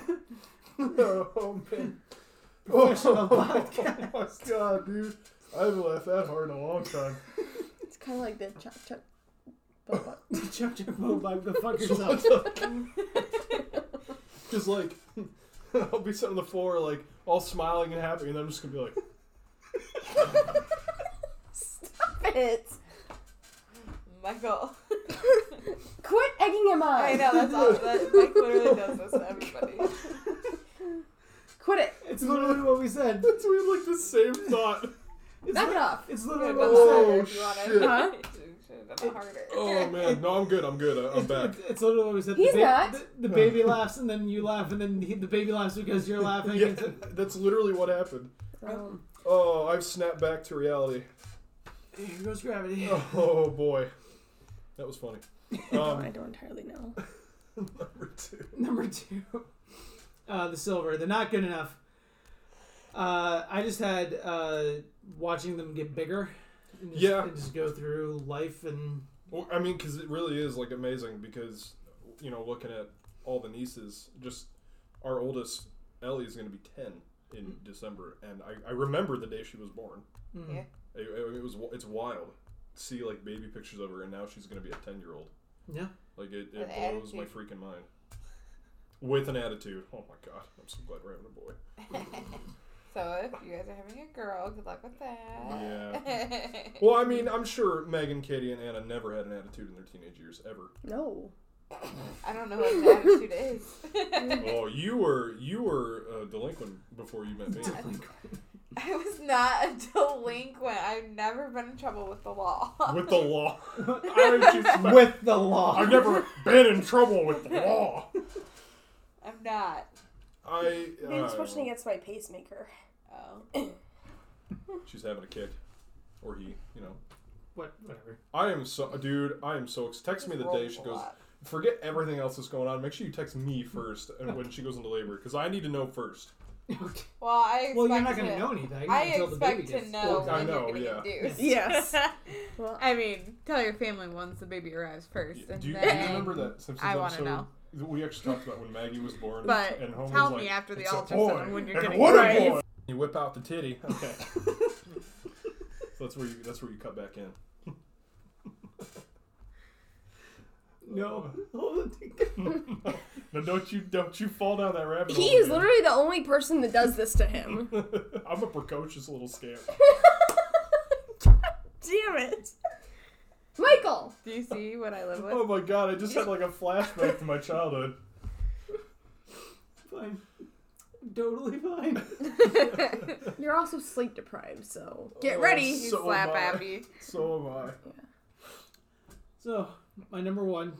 Oh man. Professional Oh, my god, dude. I haven't laughed that hard in a long time. It's kind of like the chuck chuck. Boba. Chuck Chuck Boom Bang, the fuck yourself. Just like, I'll be sitting on the floor, like, all smiling and happy, and I'm just gonna be like, Stop it! Michael. Quit egging him on. I know that's all. That Mike literally does this to everybody. Quit it. It's literally what we said. that's we had, like the same thought. It's, Knock it li- off. it's You could literally have what done we said. Oh, harder if you wanted. Huh? You should have done harder. Oh man, no, I'm good, I'm good, I- I'm It's, back. it's, it's literally what we said. He's the not. The, the baby laughs, and then you laugh, and then he, the baby laughs because you're laughing. Yeah, It's a- that's literally what happened. Um, Oh, I've snapped back to reality. Here goes gravity. Oh boy. That was funny. I Um, don't entirely know. number two. Number two, uh, the silver. They're not good enough. Uh, I just had uh, watching them get bigger. And just, Yeah. And just go through life and Well, I mean, because it really is like amazing because, you know, looking at all the nieces, just our oldest, Ellie, is going to be 10 in December. And I, I remember the day she was born. mm, Mm-hmm. Yeah. It, it, it was It's wild. to See, like, baby pictures of her, and now she's going to be a 10 year old. Yeah. Like, it, With it blows my attitude. freaking mind. With an attitude. Oh my god. I'm so glad we're having a boy. So if you guys are having a girl, good luck with that. Yeah. Well, I mean, I'm sure Megan, Katie, and Anna never had an attitude in their teenage years, ever. No. I don't know what the attitude is. Oh, you were you were a delinquent before you met me. I was not a delinquent. I've never been in trouble with the law. with the law. I don't keep- with the law. I've never been in trouble with the law. I'm not. I. Maybe it's pushing Uh, against my pacemaker. Oh. she's having a kick, or he, you know. What? Whatever. I am so, dude. I am so. ex- Text me the day she Rolls a goes. lot. Forget everything else that's going on. Make sure you text me first, and when she goes into labor, because I need to know first. Okay. Well, I Well, you're not expect going to- to know anything I until the baby expect gets. to know I when know, you're yeah. going to get Yes. I mean, tell your family once the baby arrives first. Do and you, do you then remember that Simpsons I wanna episode know. we actually talked about when Maggie was born, But and Homer's tell like, me after the "It's a ultrasound boy, when you're and getting what a ready." boy! You whip out the titty. Okay, so that's where you that's where you cut back in. No. Now don't you don't you fall down that rabbit He hole is again. literally the only person that does this to him. I'm a precocious little scamp. Damn it. Michael! Do you see what I live with? Oh my god, I just had like a flashback to my childhood. Fine. Totally fine. You're also sleep deprived, so. Get Oh, ready, you so slap am I. Abby. So am I. Oh So, my number one.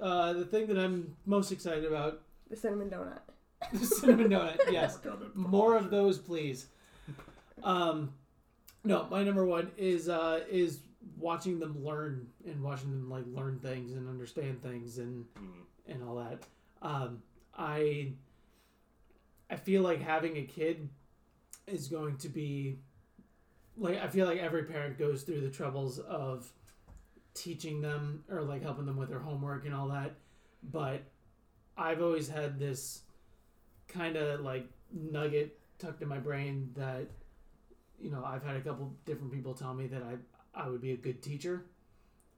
Uh, the thing that I'm most excited about The cinnamon donut. the cinnamon donut. Yes, God, that- more of those, please. Um, no, my number one is uh, is watching them learn and watching them like learn things and understand things and Mhm. and all that. Um, I I feel like having a kid is going to be like I feel like every parent goes through the troubles of teaching them or like helping them with their homework and all that. But I've always had this kind of like nugget tucked in my brain that you know I've had a couple different people tell me that I I would be a good teacher,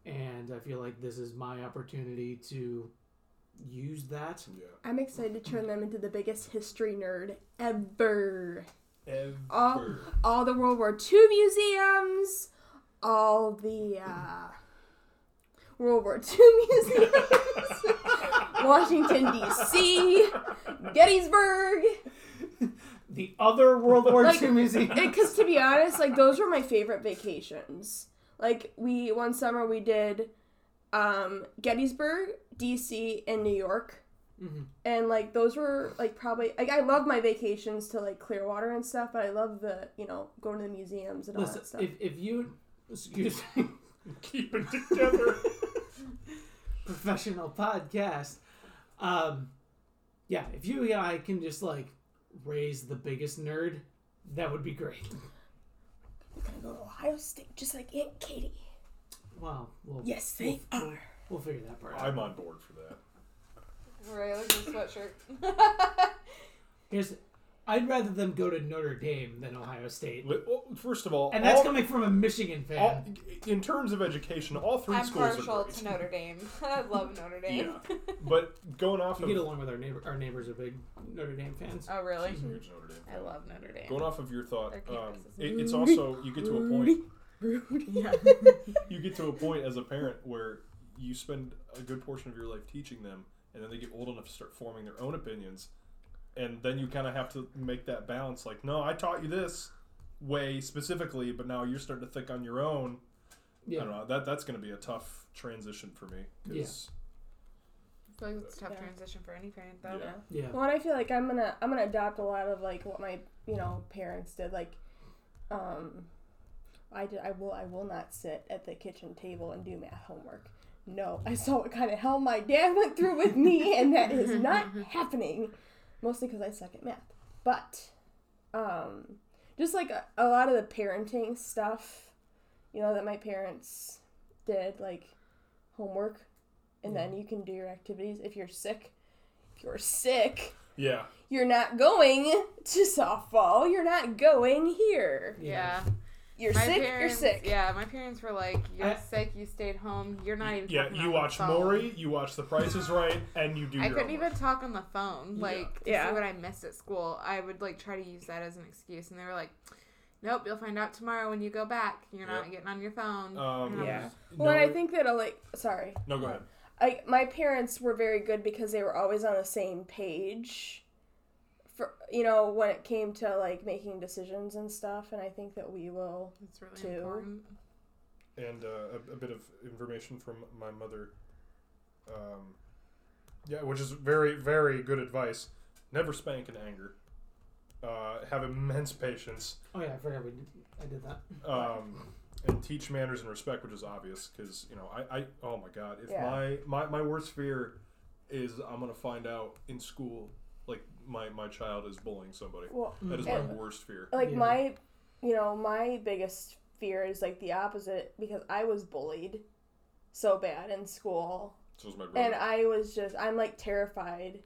and I feel like this is my opportunity to use that. Yeah. I'm excited to turn them into the biggest history nerd ever. All, Ever. all the World War II museums, all the uh, World War II museums, Washington, D.C., Gettysburg. The other World War Like- II museum. because to be honest, like those were my favorite vacations. Like we one summer we did um, Gettysburg, D.C., and New York, Mhm. and like those were like probably like I love my vacations to like Clearwater and stuff, but I love the you know going to the museums and all Listen, that stuff. if if you excuse me, Keep it together. professional podcast, um, yeah, if you and I can just like raise the biggest nerd, that would be great. Gonna go to Ohio State, just like Aunt Katie. uh, Wow. Well, Yes, they are. we'll figure that part out. I'm on board for that. Right, look at the sweatshirt. Here's, I'd rather them go to Notre Dame than Ohio State. Li- well, First of all, And that's all- coming from a Michigan fan. all- in terms of education, all 3 I'm schools are partial great. to Notre Dame. I love Notre Dame. Yeah. But going off we of get along with our neighbor. Our neighbors are big Notre Dame fans. Oh, really? She's a huge Notre Dame I fan. love Notre Dame. Going off of your thought, Their um, campus is it, it's also you get to a point. you get to a point as a parent where you spend a good portion of your life teaching them, and then they get old enough to start forming their own opinions, and then you kind of have to make that balance. Like, no, I taught you this way specifically, but now you're starting to think on your own. Yeah. I don't know. That that's going to be a tough transition for me. 'cause- I feel like it's a tough Yeah. transition for any parent, though. Yeah. Yeah. Well, and I feel like I'm gonna I'm gonna adopt a lot of like what my you know parents did. Like, um, I did I will I will not sit at the kitchen table and do math homework. No, I saw what kind of hell my dad went through with me, and that is not happening. Mostly because I suck at math, but um, just like a, a lot of the parenting stuff, you know, that my parents did, like homework, and then you can do your activities if you're sick. If you're sick, Yeah. you're not going to softball. You're not going here. Yeah. You're My sick. parents- you're sick. Yeah, my parents were like, "You're I- sick. You stayed home. You're not even." Yeah. talking You on watch the phone." Maury, you watch The Price is Right, and you do. I your couldn't own even talk on the phone. Like, to Yeah. see what I missed at school. I would like try to use that as an excuse, and they were like, "Nope, you'll find out tomorrow when you go back. You're not Yep. getting on your phone." Um, Yeah. Well, and I no- think that I like. Sorry, No, go ahead. I my parents were very good because they were always on the same page. For you know, when it came to like making decisions and stuff, and I think that we will. it's really Two. important. and uh, a, a bit of information from my mother. Um, yeah, which is very, very good advice. Never spank in anger. Uh, have immense patience, Oh yeah, I forgot we did, I did that. um, and teach manners and respect, which is obvious because you know I, I oh my god, if Yeah. my, my my worst fear is I'm gonna find out in school like my my child is bullying somebody. Well, That is my and- worst fear. like Yeah. my, you know, my biggest fear is like the opposite because I was bullied so bad in school So was my brother. And I was just, I'm like terrified,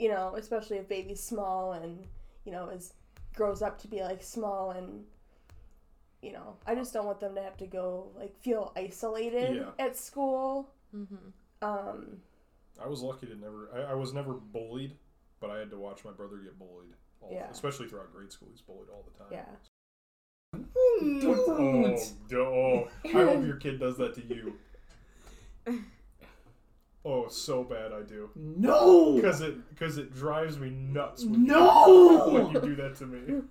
you know, especially if baby's small and, you know, is grows up to be like small and, you know, I just don't want them to have to go like feel isolated Yeah. at school. Mm-hmm. Um, I was lucky to never. I, I was never bullied, but I had to watch my brother get bullied. All Yeah. Especially throughout grade school, he's bullied all the time. Yeah. Oh, d- oh, I hope your kid does that to you. Oh, so bad I do. No. Cause it, cause it drives me nuts when, you, when No. you do that to me.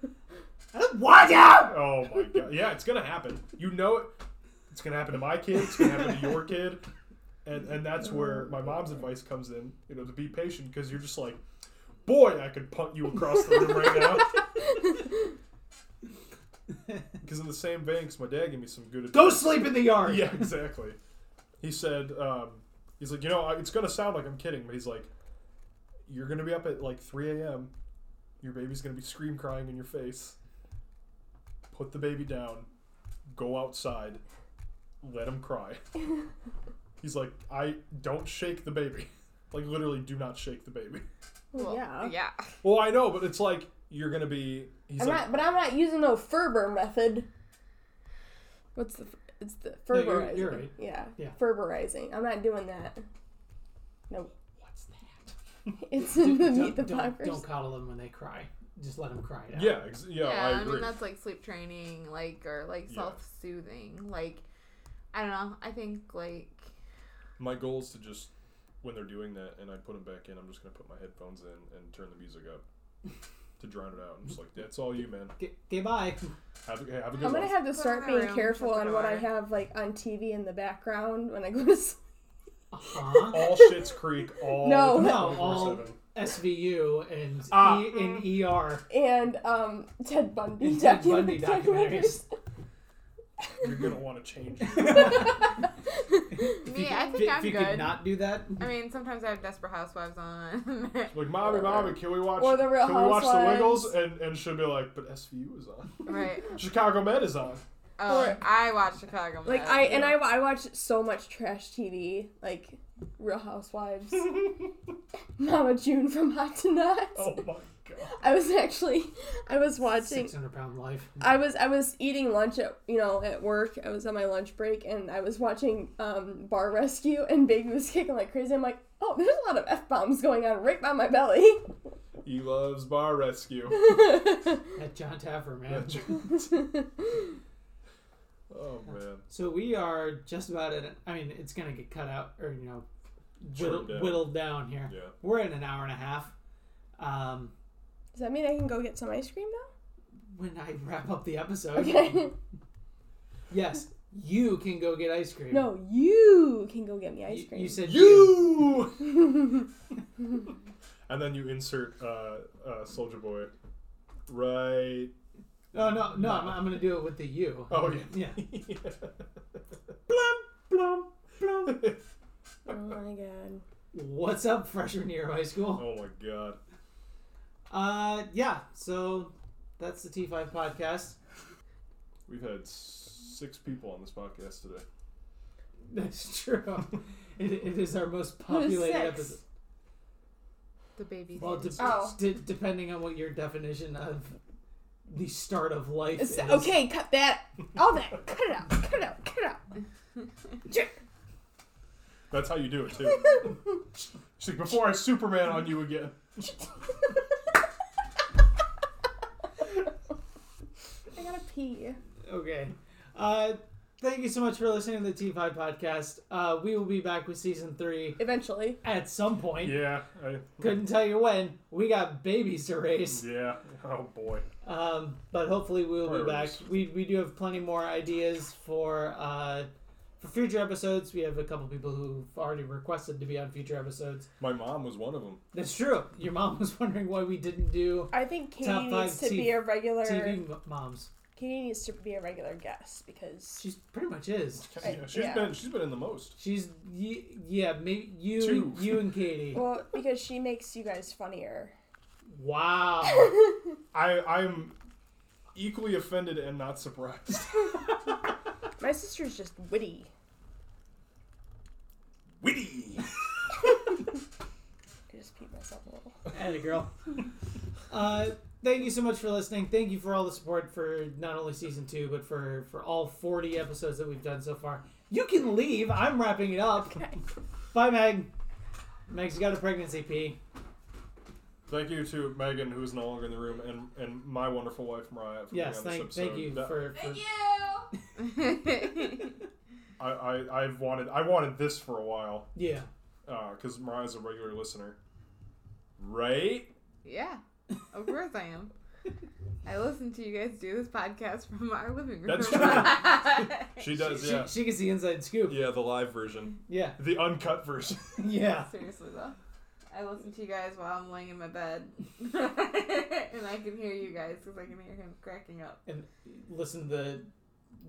Watch out! Oh my god. Yeah, it's gonna happen. You know it. It's gonna happen to my kid. It's gonna happen to your kid. And and that's where my mom's advice comes in. You know, to be patient because you're just like, boy, I could punt you across the room right now. Because in the same vein, 'cause my dad gave me some good advice. Go sleep in the yard. Yeah, exactly. He said, um, he's like, you know, I- it's gonna sound like I'm kidding, but he's like, you're gonna be up at like 3 a.m. Your baby's gonna be scream crying in your face. Put the baby down. Go outside. Let him cry. he's like, I don't shake the baby. Like literally, do not shake the baby. well, yeah. Yeah. Well, I know, but it's like you're gonna be. He's I'm like, not, but I'm not using no Ferber method. What's the, f- it's the No, Ferberizing. you're- you're right. Yeah. Yeah. Ferberizing. I'm not doing that. What's that? It's in the Don't- Meet the don't, Packers. don't coddle them when they cry. Just let them cry it out. yeah, ex- yeah, I I, agree. mean that's like sleep training, like or like Yeah. self-soothing. Like I don't know. I think like My goal is to just when they're doing that and I put them back in, I'm just gonna put my headphones in and turn the music up to drown it out. I'm just like, that's all you, man. G- goodbye. Have a, hey, have a I'm good gonna one. have to Put it start in being my room, careful shut the on what I door. have like on TV in the background when I go to sleep. Uh-huh. All Shit's Creek, all No. No, 24/7. all SVU and Ah. e- and ER. And um, Ted Bundy, And Ted docu- Bundy documentaries. You're gonna want to change. it. If Me, I think if I'm you good. could not do that, I mean sometimes I have Desperate Housewives on. Like, mommy, mommy, can we watch? Or The Real can we watch The Housewives. Wiggles? And and she'll be like, but SVU is on. right. Chicago Med is on. Oh, Or- I watch Chicago. Med. Like I and I, I watch so much trash TV, like Real Housewives, Mama June from Hot to Nuts. Oh my god. I was actually, I was watching. six hundred pound life. I was I was eating lunch at you know at work. I was on my lunch break and I was watching um, Bar Rescue and Baby was kicking like crazy. I'm like, oh, there's a lot of f bombs going on right by my belly. He loves Bar Rescue. At John Taffer, man. oh man. So we are just about at. I mean, it's gonna get cut out or you know, whittled, Trimmed down. whittled down here. Yeah. We're in an hour and a half. Um, Does that mean I can go get some ice cream now? when I wrap up the episode, Okay. yes, you can go get ice cream. No, you can go get me Y- ice cream. Oh You said You. and then you insert uh, uh, Soldier Boy. Right. Oh no, no, I'm, I'm gonna do it with the you. Oh yeah. Yeah. yeah. Blum, blum. oh my god. What's up, freshman year of high school? Oh my god. Uh, yeah. So that's the T5 podcast. We've had six people on this podcast today. That's true. it, it is our most Who's populated six? episode. the baby. Well, de- phase. Oh. de- depending on what your definition of the start of life It's- is. okay, cut that. All that. Cut it out. Cut it out. Cut it out. That's how you do it too. She's like, before I Superman on you again. I gotta pee. Okay. Uh, thank you so much for listening to the T5 podcast. Uh, we will be back with season three Eventually. at some point. Yeah. I, Couldn't tell you when. We got babies to raise. yeah. Oh boy. Um, but hopefully we will be back. Priorities. We, we do have plenty more ideas for uh, for future episodes. We have a couple people who've already requested to be on future episodes. My mom was one of them. That's true. Your mom was wondering why we didn't do I think Katie Top five needs to T- be a regular. TV m- moms. Katie needs to be a regular guest because She's pretty much is. Right, Yeah, She's yeah. been she's been in the most. She's y- yeah, maybe you Two. you and Katie. well, because she makes you guys funnier. Wow. I I'm equally offended and not surprised. My sister's just witty. Witty. I just peed myself a little. Atta girl. Uh, thank you so much for listening. Thank you for all the support for not only season two, but for for all forty episodes that we've done so far. You can leave. I'm wrapping it up. Bye, Meg. Meg's got a pregnancy pee. Thank you to Megan, who is no longer in the room, and, and my wonderful wife Mariah. For being Yes, on this thank episode. thank you That- for, for Thank you. I, I I've wanted I wanted this for a while yeah. because Uh, Mariah's a regular listener, right? yeah, of course I am. I listen to you guys do this podcast from our living room. That's She does, She, yeah, she gets the inside scoop. yeah. The live version, Yeah, the uncut version. yeah. Seriously though. I listen to you guys while I'm laying in my bed, and I can hear you guys because I can hear him cracking up. And listen to the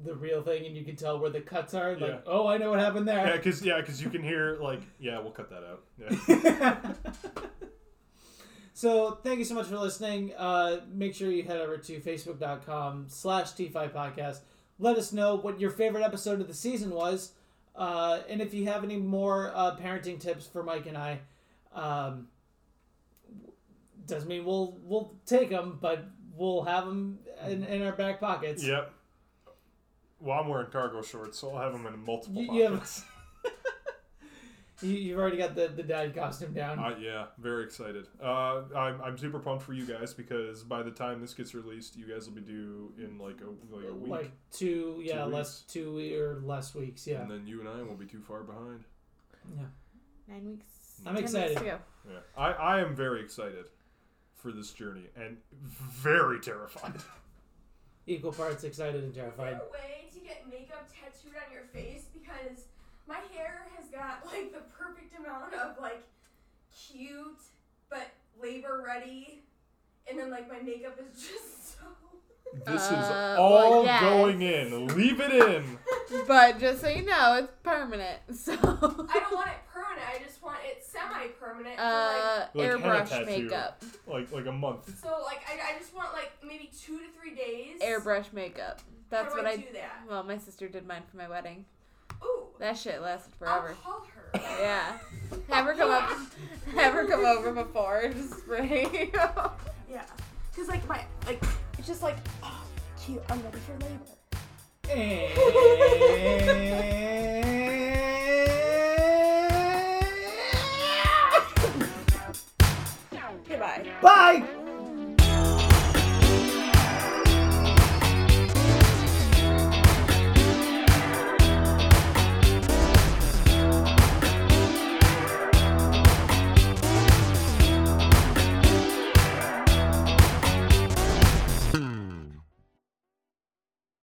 the real thing, and you can tell where the cuts are. Like, Yeah. oh, I know what happened yeah, there. because yeah, because you can hear like yeah, we'll cut that out. Yeah. so thank you so much for listening. Uh, make sure you head over to facebook.com slash T5 podcast. Let us know what your favorite episode of the season was. Uh, and if you have any more uh, parenting tips for Mike and I, um, doesn't mean we'll we'll take them, but we'll have them in, in our back pockets. Yep. Well, I'm wearing cargo shorts, so I'll have them in multiple You, pockets. you have, you, you've already got the, the dad costume down. Uh, yeah, very excited. Uh, I'm, I'm super pumped for you guys because by the time this gets released, you guys will be due in like a like a week, like two, yeah, Two less two we- or less weeks, yeah. and then you and I won't be too far behind. Nine weeks. I'm ten excited. Weeks to go. Yeah, I, I am very excited for this journey and very terrified. Equal parts excited and terrified. a way to get makeup tattooed on your face because my hair has got like the perfect amount of like cute but labor ready, and then like my makeup is just so. This Uh, is all well, yes. going in. Leave it in. But just so you know, it's permanent. So I don't want it permanent. I just want it semi-permanent. uh, Like henna airbrush tattoo. makeup. Like like a Uh, month. for, like, so like I, I just want like maybe two to three days. Airbrush makeup. That's How do what I, I. do that. Well, my sister did mine for my wedding. Ooh, That shit lasted I'll forever. call her. Yeah. Have her come up. Have her come over before and just spray. yeah, cause like my like it's Eh. just like oh cute. I'm ready for labor. And